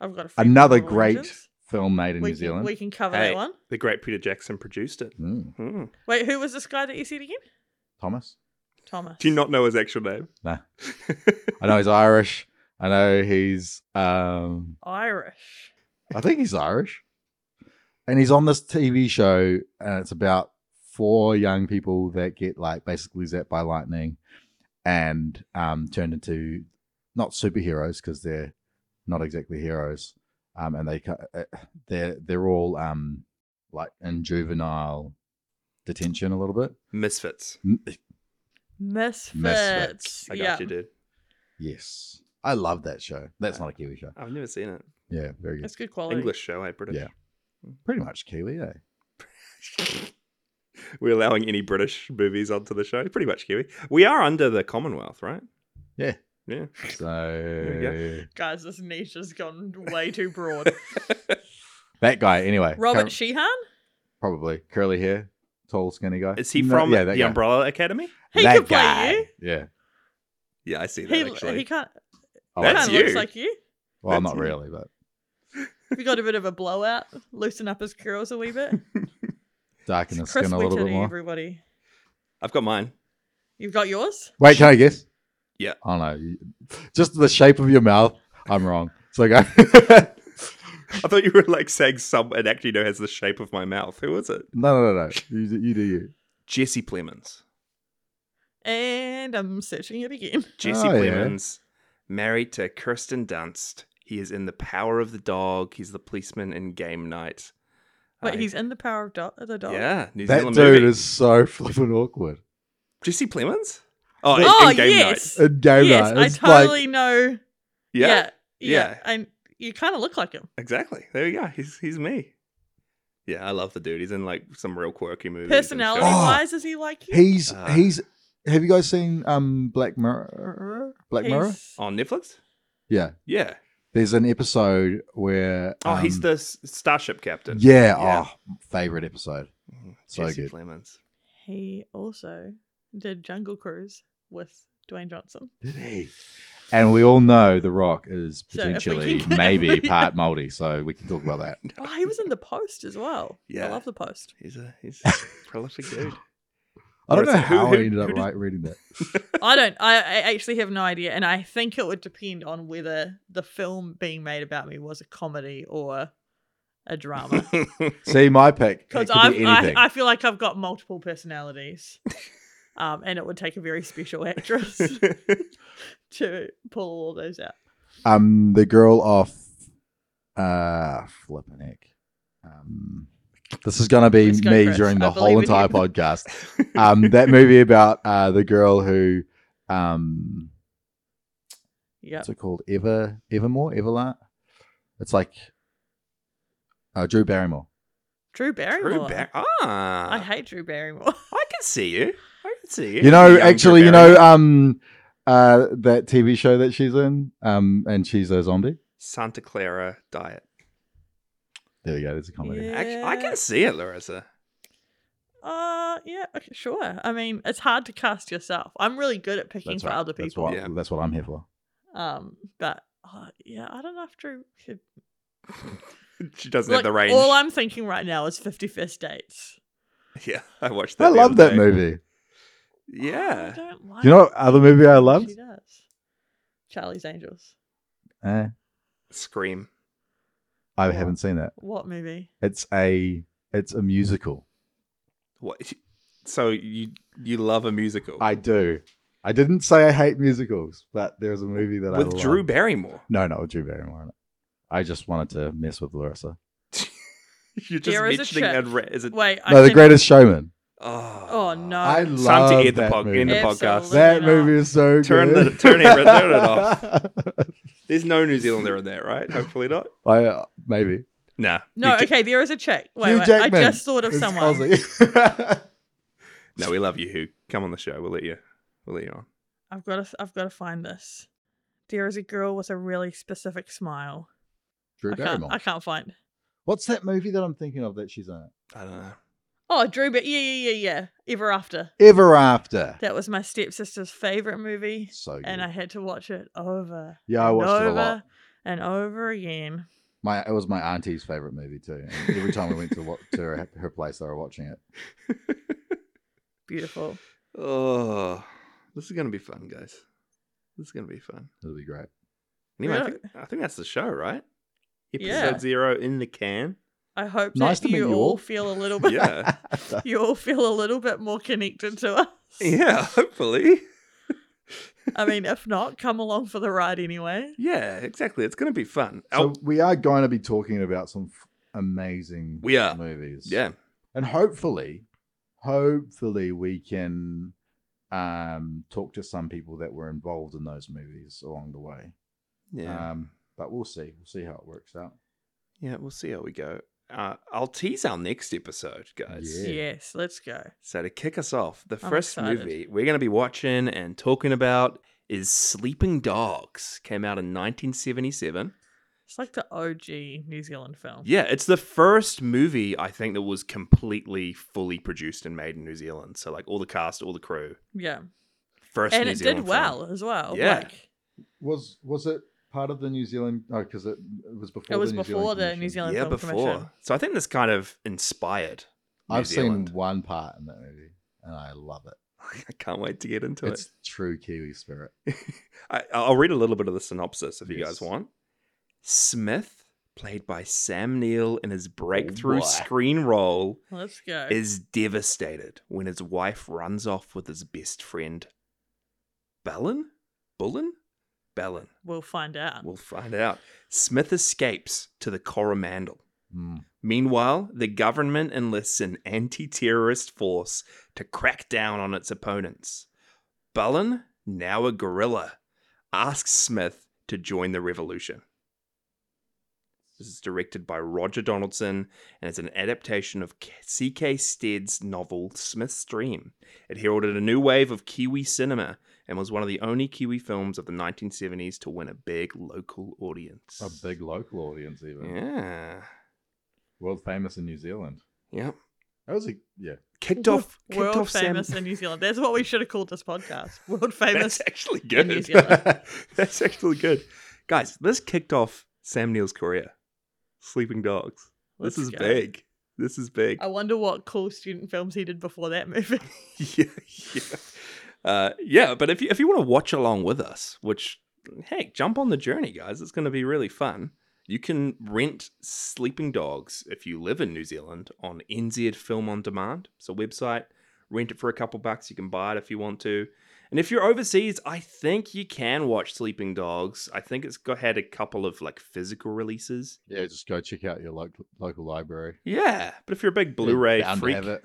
D: I've got a few
C: Another
D: honorable
C: great
D: mentions.
C: film made in
D: We
C: New
D: can,
C: Zealand.
D: We can cover
B: Hey.
D: that one.
B: The great Peter Jackson produced it.
C: Mm,
B: Mm.
D: Wait, who was this guy that you said again?
C: Thomas.
D: Thomas.
B: Do you not know his actual name?
C: Nah. I know he's Irish. I know he's um
D: Irish?
C: I think he's Irish. And he's on this TV show, and it's about four young people that get like basically zapped by lightning and um, turned into not superheroes because they're not exactly heroes. Um, and they ca- uh, they're they're all um, like in juvenile detention a little bit.
B: Misfits.
C: M-
D: Misfits.
B: I got
D: yeah.
B: you, dude.
C: Yes, I love that show. That's not a Kiwi show.
B: I've never seen it.
C: Yeah, very good.
D: It's good quality.
B: English show, hey, British.
C: Yeah. Pretty much Kiwi, eh?
B: We're allowing any British movies onto the show. Pretty much Kiwi. We are under the Commonwealth, right?
C: Yeah.
B: Yeah.
C: So
D: Guys, this niche has gone way too broad.
C: that guy, anyway.
D: Robert
C: cur-
D: Sheehan?
C: probably curly hair, tall, skinny guy.
B: Is he
C: No,
B: from
C: yeah, that
B: the
C: guy.
B: Umbrella Academy?
D: He
C: That
D: could play
C: guy.
D: you.
C: Yeah.
B: Yeah, I see that
D: He,
B: actually.
D: he can't.
C: Oh,
B: That's
D: kinda looks
B: you.
D: like you.
C: Well,
B: that's
C: not
B: you.
C: really, but
D: If you got a bit of a blowout, loosen up his curls a wee bit.
C: darken his
D: Chris
C: skin a little
D: Whitty,
C: bit more.
D: everybody.
B: I've got mine.
D: You've got yours?
C: Wait, can I guess?
B: Yeah.
C: Oh no, you- just the shape of your mouth. I'm wrong. So go.
B: I thought you were like saying some an actor you know has the shape of my mouth. Who is it?
C: no, no, no, no. You, do- you do you.
B: Jesse Plemons.
D: And I'm searching it again.
B: Jesse
C: Oh, yeah.
B: Plemons, married to Kirsten Dunst. He is in The Power of the Dog. He's the policeman in Game Night.
D: Wait,
B: Uh,
D: he's in the power of do- the dog.
B: yeah, New
C: That
B: Zealand
C: dude
B: movie.
C: is so flippin' awkward.
B: Jesse Plemons. Oh, in,
D: Oh,
B: in Game Night.
D: yes.
C: In game
D: yes,
C: night,
D: I
C: it's
D: totally
C: like
D: know.
B: Yeah,
D: Yeah. Yeah.
B: yeah.
D: And you kind of look like him.
B: exactly. There you go. He's he's me. Yeah, I love the dude. He's in like some real quirky movies. and shit.
D: Personality wise, is he like you?
C: he's
B: Ah.
C: he's. Have you guys seen um Black Mirror? Black Mirror?
D: He's-
B: on Netflix.
C: Yeah.
B: Yeah.
C: There's an episode where.
B: Oh, he's
C: um,
B: the s- starship captain.
C: Yeah,
B: Yeah.
C: Oh, favorite episode.
B: Mm,
C: So
B: Jesse
C: good.
B: Plemons.
D: He also did Jungle Cruise with Dwayne Johnson.
C: Did he? And we all know The Rock is
D: So if we
C: potentially
D: can-
C: maybe part Maori, so we can talk about that.
D: Oh, he was in the Post as well.
B: Yeah.
D: I love the Post.
B: He's a he's a prolific dude.
C: I
B: Or
C: don't
B: is
C: know
B: it- who-
C: how
B: who-
C: I ended
B: who
C: up
B: did-
C: right reading that.
D: I don't. I, I actually have no idea, and I think it would depend on whether the film being made about me was a comedy or a drama.
C: See, my pick it could
D: Because
C: be
D: I,
C: anything.
D: I feel like I've got multiple personalities, um, and it would take a very special actress to pull all those out.
C: um, the girl off, uh, flipping heck. Um, this is gonna be
D: Let's go,
C: me
D: Chris.
C: during
D: I
C: the
D: believe
C: whole
D: in
C: entire
D: you.
C: podcast. Um, that movie about uh the girl who, um,
D: Yeah,
C: what's it called? Ever Evermore Everla. It's like, uh, Drew Barrymore.
D: Drew Barrymore.
B: Drew Bar- ah,
D: I hate Drew Barrymore.
B: I can see you. I can see you.
C: You know,
B: Young Drew
C: actually, you know,
B: Barrymore.
C: um, uh, that TV show that she's in, um, and she's a zombie.
B: Santa Clara diet.
C: There you go. There's a comedy.
D: Yeah.
B: Actually, I can see it, Larissa.
D: Uh, yeah, okay, sure. I mean, it's hard to cast yourself. I'm really good at picking
C: That's
D: for
C: right.
D: other
C: That's
D: people.
C: what,
B: Yeah.
C: that's what I'm here for.
D: Um, but uh, yeah, I don't know if Drew could.
B: She doesn't have
D: Look,
B: the range.
D: All I'm thinking right now is 51st dates.
B: yeah, I watched that.
C: I
B: the
C: love
B: other
C: that
B: day.
C: movie.
D: I
B: Yeah.
D: don't like
C: You know what other movie I loved?
D: She does. Charlie's Angels.
C: Eh,
B: Scream.
C: I haven't seen it.
D: What movie?
C: It's a it's a musical.
B: What? So you you love a musical
C: I do. I didn't say I hate musicals, but there's a movie that I
B: with
C: love.
B: Drew Barrymore?
C: No, not with Drew Barrymore. in it. I just wanted to mess with Larissa.
B: You're just
D: There is a
B: mentioning
D: chick.
B: a ra- is it?
D: Wait, I
C: No, The
D: think-
C: Greatest Showman.
B: Oh,
D: Oh no!
C: I
D: It's
C: love
B: Time to end the,
C: that
B: pod-
C: movie.
B: end the
D: Absolutely.
B: podcast.
C: That
D: Absolutely
C: movie is so
B: Turn the-
C: good.
B: turn it- turn it
C: off.
B: There's no New Zealander in there, right? Hopefully not.
C: I, uh, maybe.
B: Nah.
D: no,
B: You ca-
D: okay, there is a chick. Wait,
C: Hugh
D: wait, I
C: Jackman.
D: just thought of
C: It's
D: someone.
C: Aussie.
B: No, we love you. Who? Come on the show. We'll let you. We'll let you on.
D: I've got to. I've got to find this. There is a girl with a really specific smile.
C: Drew
D: I can't.
C: Barrymore.
D: I can't find.
C: What's that movie that I'm thinking of that she's in?
B: I don't know.
D: Oh, Drew. But yeah, yeah, yeah, yeah. Ever After.
C: Ever After.
D: That was my stepsister's favorite movie,
C: So good.
D: and I had to watch it over.
C: Yeah, I
D: and
C: watched it a
D: over
C: lot.
D: And over again.
C: My it was my auntie's favorite movie too. And every time we went to wa- to her, her place, they were watching it.
D: Beautiful.
B: Oh, this is gonna be fun, guys. This is gonna be fun.
C: It'll be great.
B: Anyway, I
D: Yeah.
B: think, I think that's the show, right? Episode
D: Yeah.
B: zero in the can.
D: I hope
C: Nice
D: that
C: to meet
D: you,
C: you
D: all
C: all.
D: feel a little bit.
B: Yeah.
D: You all feel a little bit more connected to us.
B: yeah, hopefully.
D: I mean, if not, come along for the ride anyway.
B: Yeah, exactly. It's gonna be fun.
C: So
B: oh,
C: we are going to be talking about some f- amazing
B: We are.
C: movies.
B: yeah.
C: and hopefully, hopefully we can um talk to some people that were involved in those movies along the way.
B: Yeah. Uh,
C: Um, but we'll see. We'll see how it works out.
B: yeah, we'll see how we go. uh, I'll tease our next episode, guys.
C: Yeah.
D: Yes, let's go.
B: So to kick us off, the
D: I'm
B: first
D: excited.
B: movie we're going to be watching and talking about is Sleeping Dogs. Came out in 1977.
D: It's like the OG New Zealand film.
B: Yeah, it's the first movie I think that was completely fully produced and made in New Zealand. So like all the cast, all the crew.
D: Yeah.
B: First
D: And
B: New
D: it
B: Zealand
D: did
B: film.
D: well as well.
B: Yeah.
D: Like,
C: Was was it part of the New Zealand? Oh, because it, it was before.
D: it was
C: the New
D: before
C: Zealand
D: the
C: Commission.
D: New Zealand
B: yeah,
D: Film Commission.
B: before. So I think this kind of inspired New
C: I've
B: Zealand.
C: seen one part in that movie, and I love it.
B: I can't wait to get into
C: it's true Kiwi spirit.
B: it. I, I'll read a little bit of the synopsis if you
C: Yes.
B: guys want. Smith, played by Sam Neill in his breakthrough
C: boy.
B: screen role,
D: Let's go.
B: is devastated when his wife runs off with his best friend, Bellin? Bullen? Bellin.
D: we'll find out.
B: We'll find out. Smith escapes to the Coromandel.
C: Mm.
B: Meanwhile, the government enlists an anti terrorist force to crack down on its opponents. Bullen, now a guerrilla, asks Smith to join the revolution. This is directed by Roger Donaldson and is an adaptation of C.K. Stead's novel Smith's Dream. It heralded a new wave of Kiwi cinema and was one of the only Kiwi films of the 1970s to win a big local audience.
C: A big local audience, even
B: Yeah.
C: world famous in New Zealand.
B: Yep.
C: That was a yeah.
B: kicked off kicked
D: World
B: off
D: famous
B: Sam.
D: in New Zealand. That's what we should have called this podcast. World famous.
B: That's actually
D: in New
B: good.
D: Zealand.
B: That's actually good, guys. This kicked off Sam Neill's career. Sleeping Dogs.
D: Let's
B: this is
D: go.
B: big. This is big.
D: I wonder what cool student films he did before that movie.
B: yeah, yeah, uh, yeah. But if you if you want to watch along with us, which hey, jump on the journey, guys. It's going to be really fun. You can rent Sleeping Dogs if you live in New Zealand on NZ Film on Demand. It's a website. Rent it for a couple bucks. You can buy it if you want to. And if you're overseas, I think you can watch Sleeping Dogs. I think it's got had a couple of like physical releases.
C: Yeah, just go check out your local local library.
B: Yeah, but if you're a big
C: They're
B: Blu-ray
C: bound to
B: freak,
C: have it.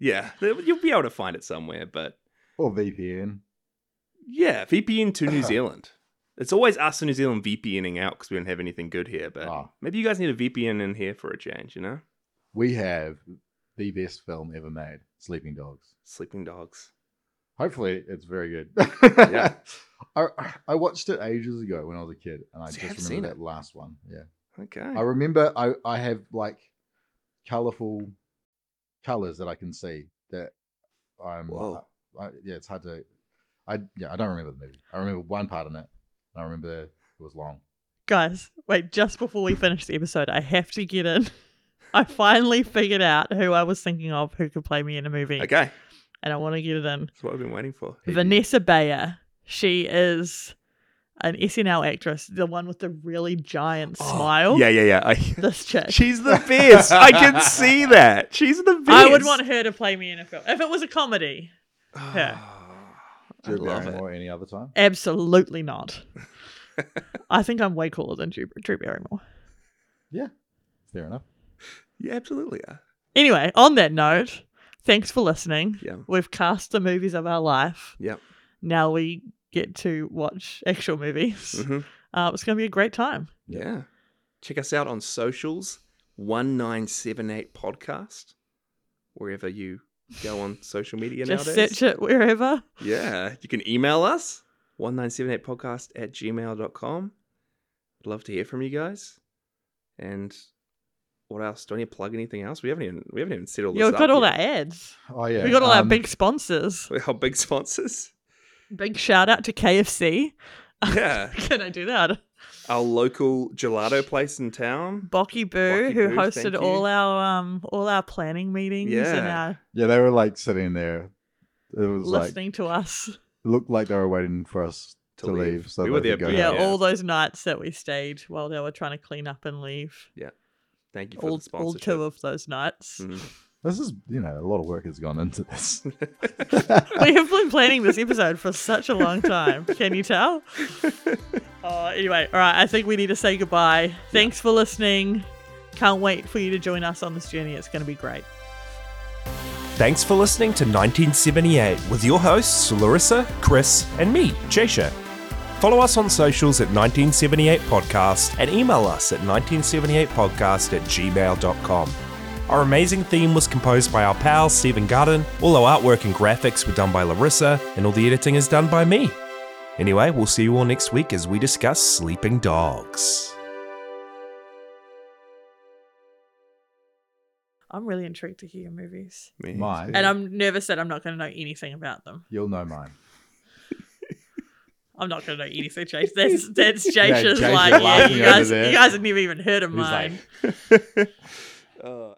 B: yeah, you'll be able to find it somewhere. But
C: or VPN.
B: Yeah, VPN to New Zealand. It's always us in New Zealand VPNing out because we don't have anything good here. But
C: Ah,
B: maybe you guys need a VPN in here for a change, you know?
C: we have the best film ever made, Sleeping Dogs.
B: Sleeping Dogs.
C: Hopefully, it's very good.
B: Yeah.
C: I, I watched it ages ago when I was a kid, and I
B: So you have
C: just
B: seen
C: remember
B: it? Hmm.
C: that last one. Yeah,
B: Okay.
C: I remember I, I have like colorful colors that I can see that I'm.
B: Whoa.
C: I, yeah, it's hard to. I yeah, I don't remember the movie. I remember one part in it. And I remember it was long.
D: Guys, wait, just before we finish the episode, I have to get in. I finally figured out who I was thinking of who could play me in a movie.
B: Okay.
D: And I want to get it in.
B: That's what I've been waiting for.
C: Hey,
D: Vanessa Bayer. She is an SNL actress, the one with the really giant smile.
B: Oh, Yeah, yeah, yeah. I,
D: This chick.
B: she's the best. I can see that. She's the best.
D: I would want her to play me in a film. If it was a comedy,
B: I
C: Drew
B: love it.
C: Barrymore any other time?
D: absolutely not. I think I'm way cooler than Drew, Drew Barrymore.
C: Fair enough.
B: Yeah, absolutely. Yeah.
D: Anyway, on that note, thanks for listening.
B: Yeah.
D: We've cast the movies of our life.
B: Yep.
D: Now we get to watch actual movies.
B: Mhm.
D: Uh, it's going to be a great time.
B: yeah. Check us out on socials 1978 Podcast, wherever you go on social media
D: Just
B: nowadays.
D: search it wherever.
B: Yeah. You can email us 1978podcast at gmail.com. I'd love to hear from you guys. And what else? Do I need to plug anything else? We haven't even we haven't even said all this.
D: You've
B: up
D: got all
B: yet.
D: our ads.
C: Oh yeah,
D: we got all our
C: um,
D: big sponsors.
B: our big sponsors.
D: Big shout out to KFC.
B: Yeah.
D: Can I do that?
B: our local gelato place in town.
D: Bocky Boo,
B: Bocky
D: who
B: Boo, thank
D: hosted
B: you.
D: all our um all our planning meetings and
B: Yeah.
D: our
C: Yeah, they were like sitting there. It was like
D: listening to us.
C: It looked like they were waiting for us to, leave. so
B: we were
C: they
B: there.
C: could go
B: but
C: down.
D: Yeah,
B: yeah.
D: all those nights that we stayed while they were trying to clean up and leave.
B: Thank you for
D: All,
B: the
D: all
B: sponsorship.
D: two of those nights.
B: Mhm.
C: This is, you know, a lot of work has gone into this.
D: we have been planning this episode for such a long time. Can you tell? Uh, anyway, all right. I think we need to say goodbye. Thanks for listening. Can't wait for you to join us on this journey. It's going to be great.
A: Thanks for listening to 1978 with your hosts, Larissa, Chris, and me, Jasha. Follow us on socials at 1978 Podcast and email us at 1978podcast at gmail.com. Our amazing theme was composed by our pal Stephen Garden, all our artwork and graphics were done by Larissa, and all the editing is done by me. Anyway, we'll see you all next week as we discuss sleeping dogs.
D: I'm really intrigued to hear your movies.
B: Me
C: Mine.
B: too.
D: And I'm nervous that I'm not going to know anything about them.
C: You'll know mine.
D: I'm not going to know anything, Chase. That's, that's Jasha's
C: Jasha's
D: like, yeah,
C: laughing
D: you
C: over
D: guys,
C: there.
D: you guys have never even heard of
C: He's like-
D: mine.
B: Uh,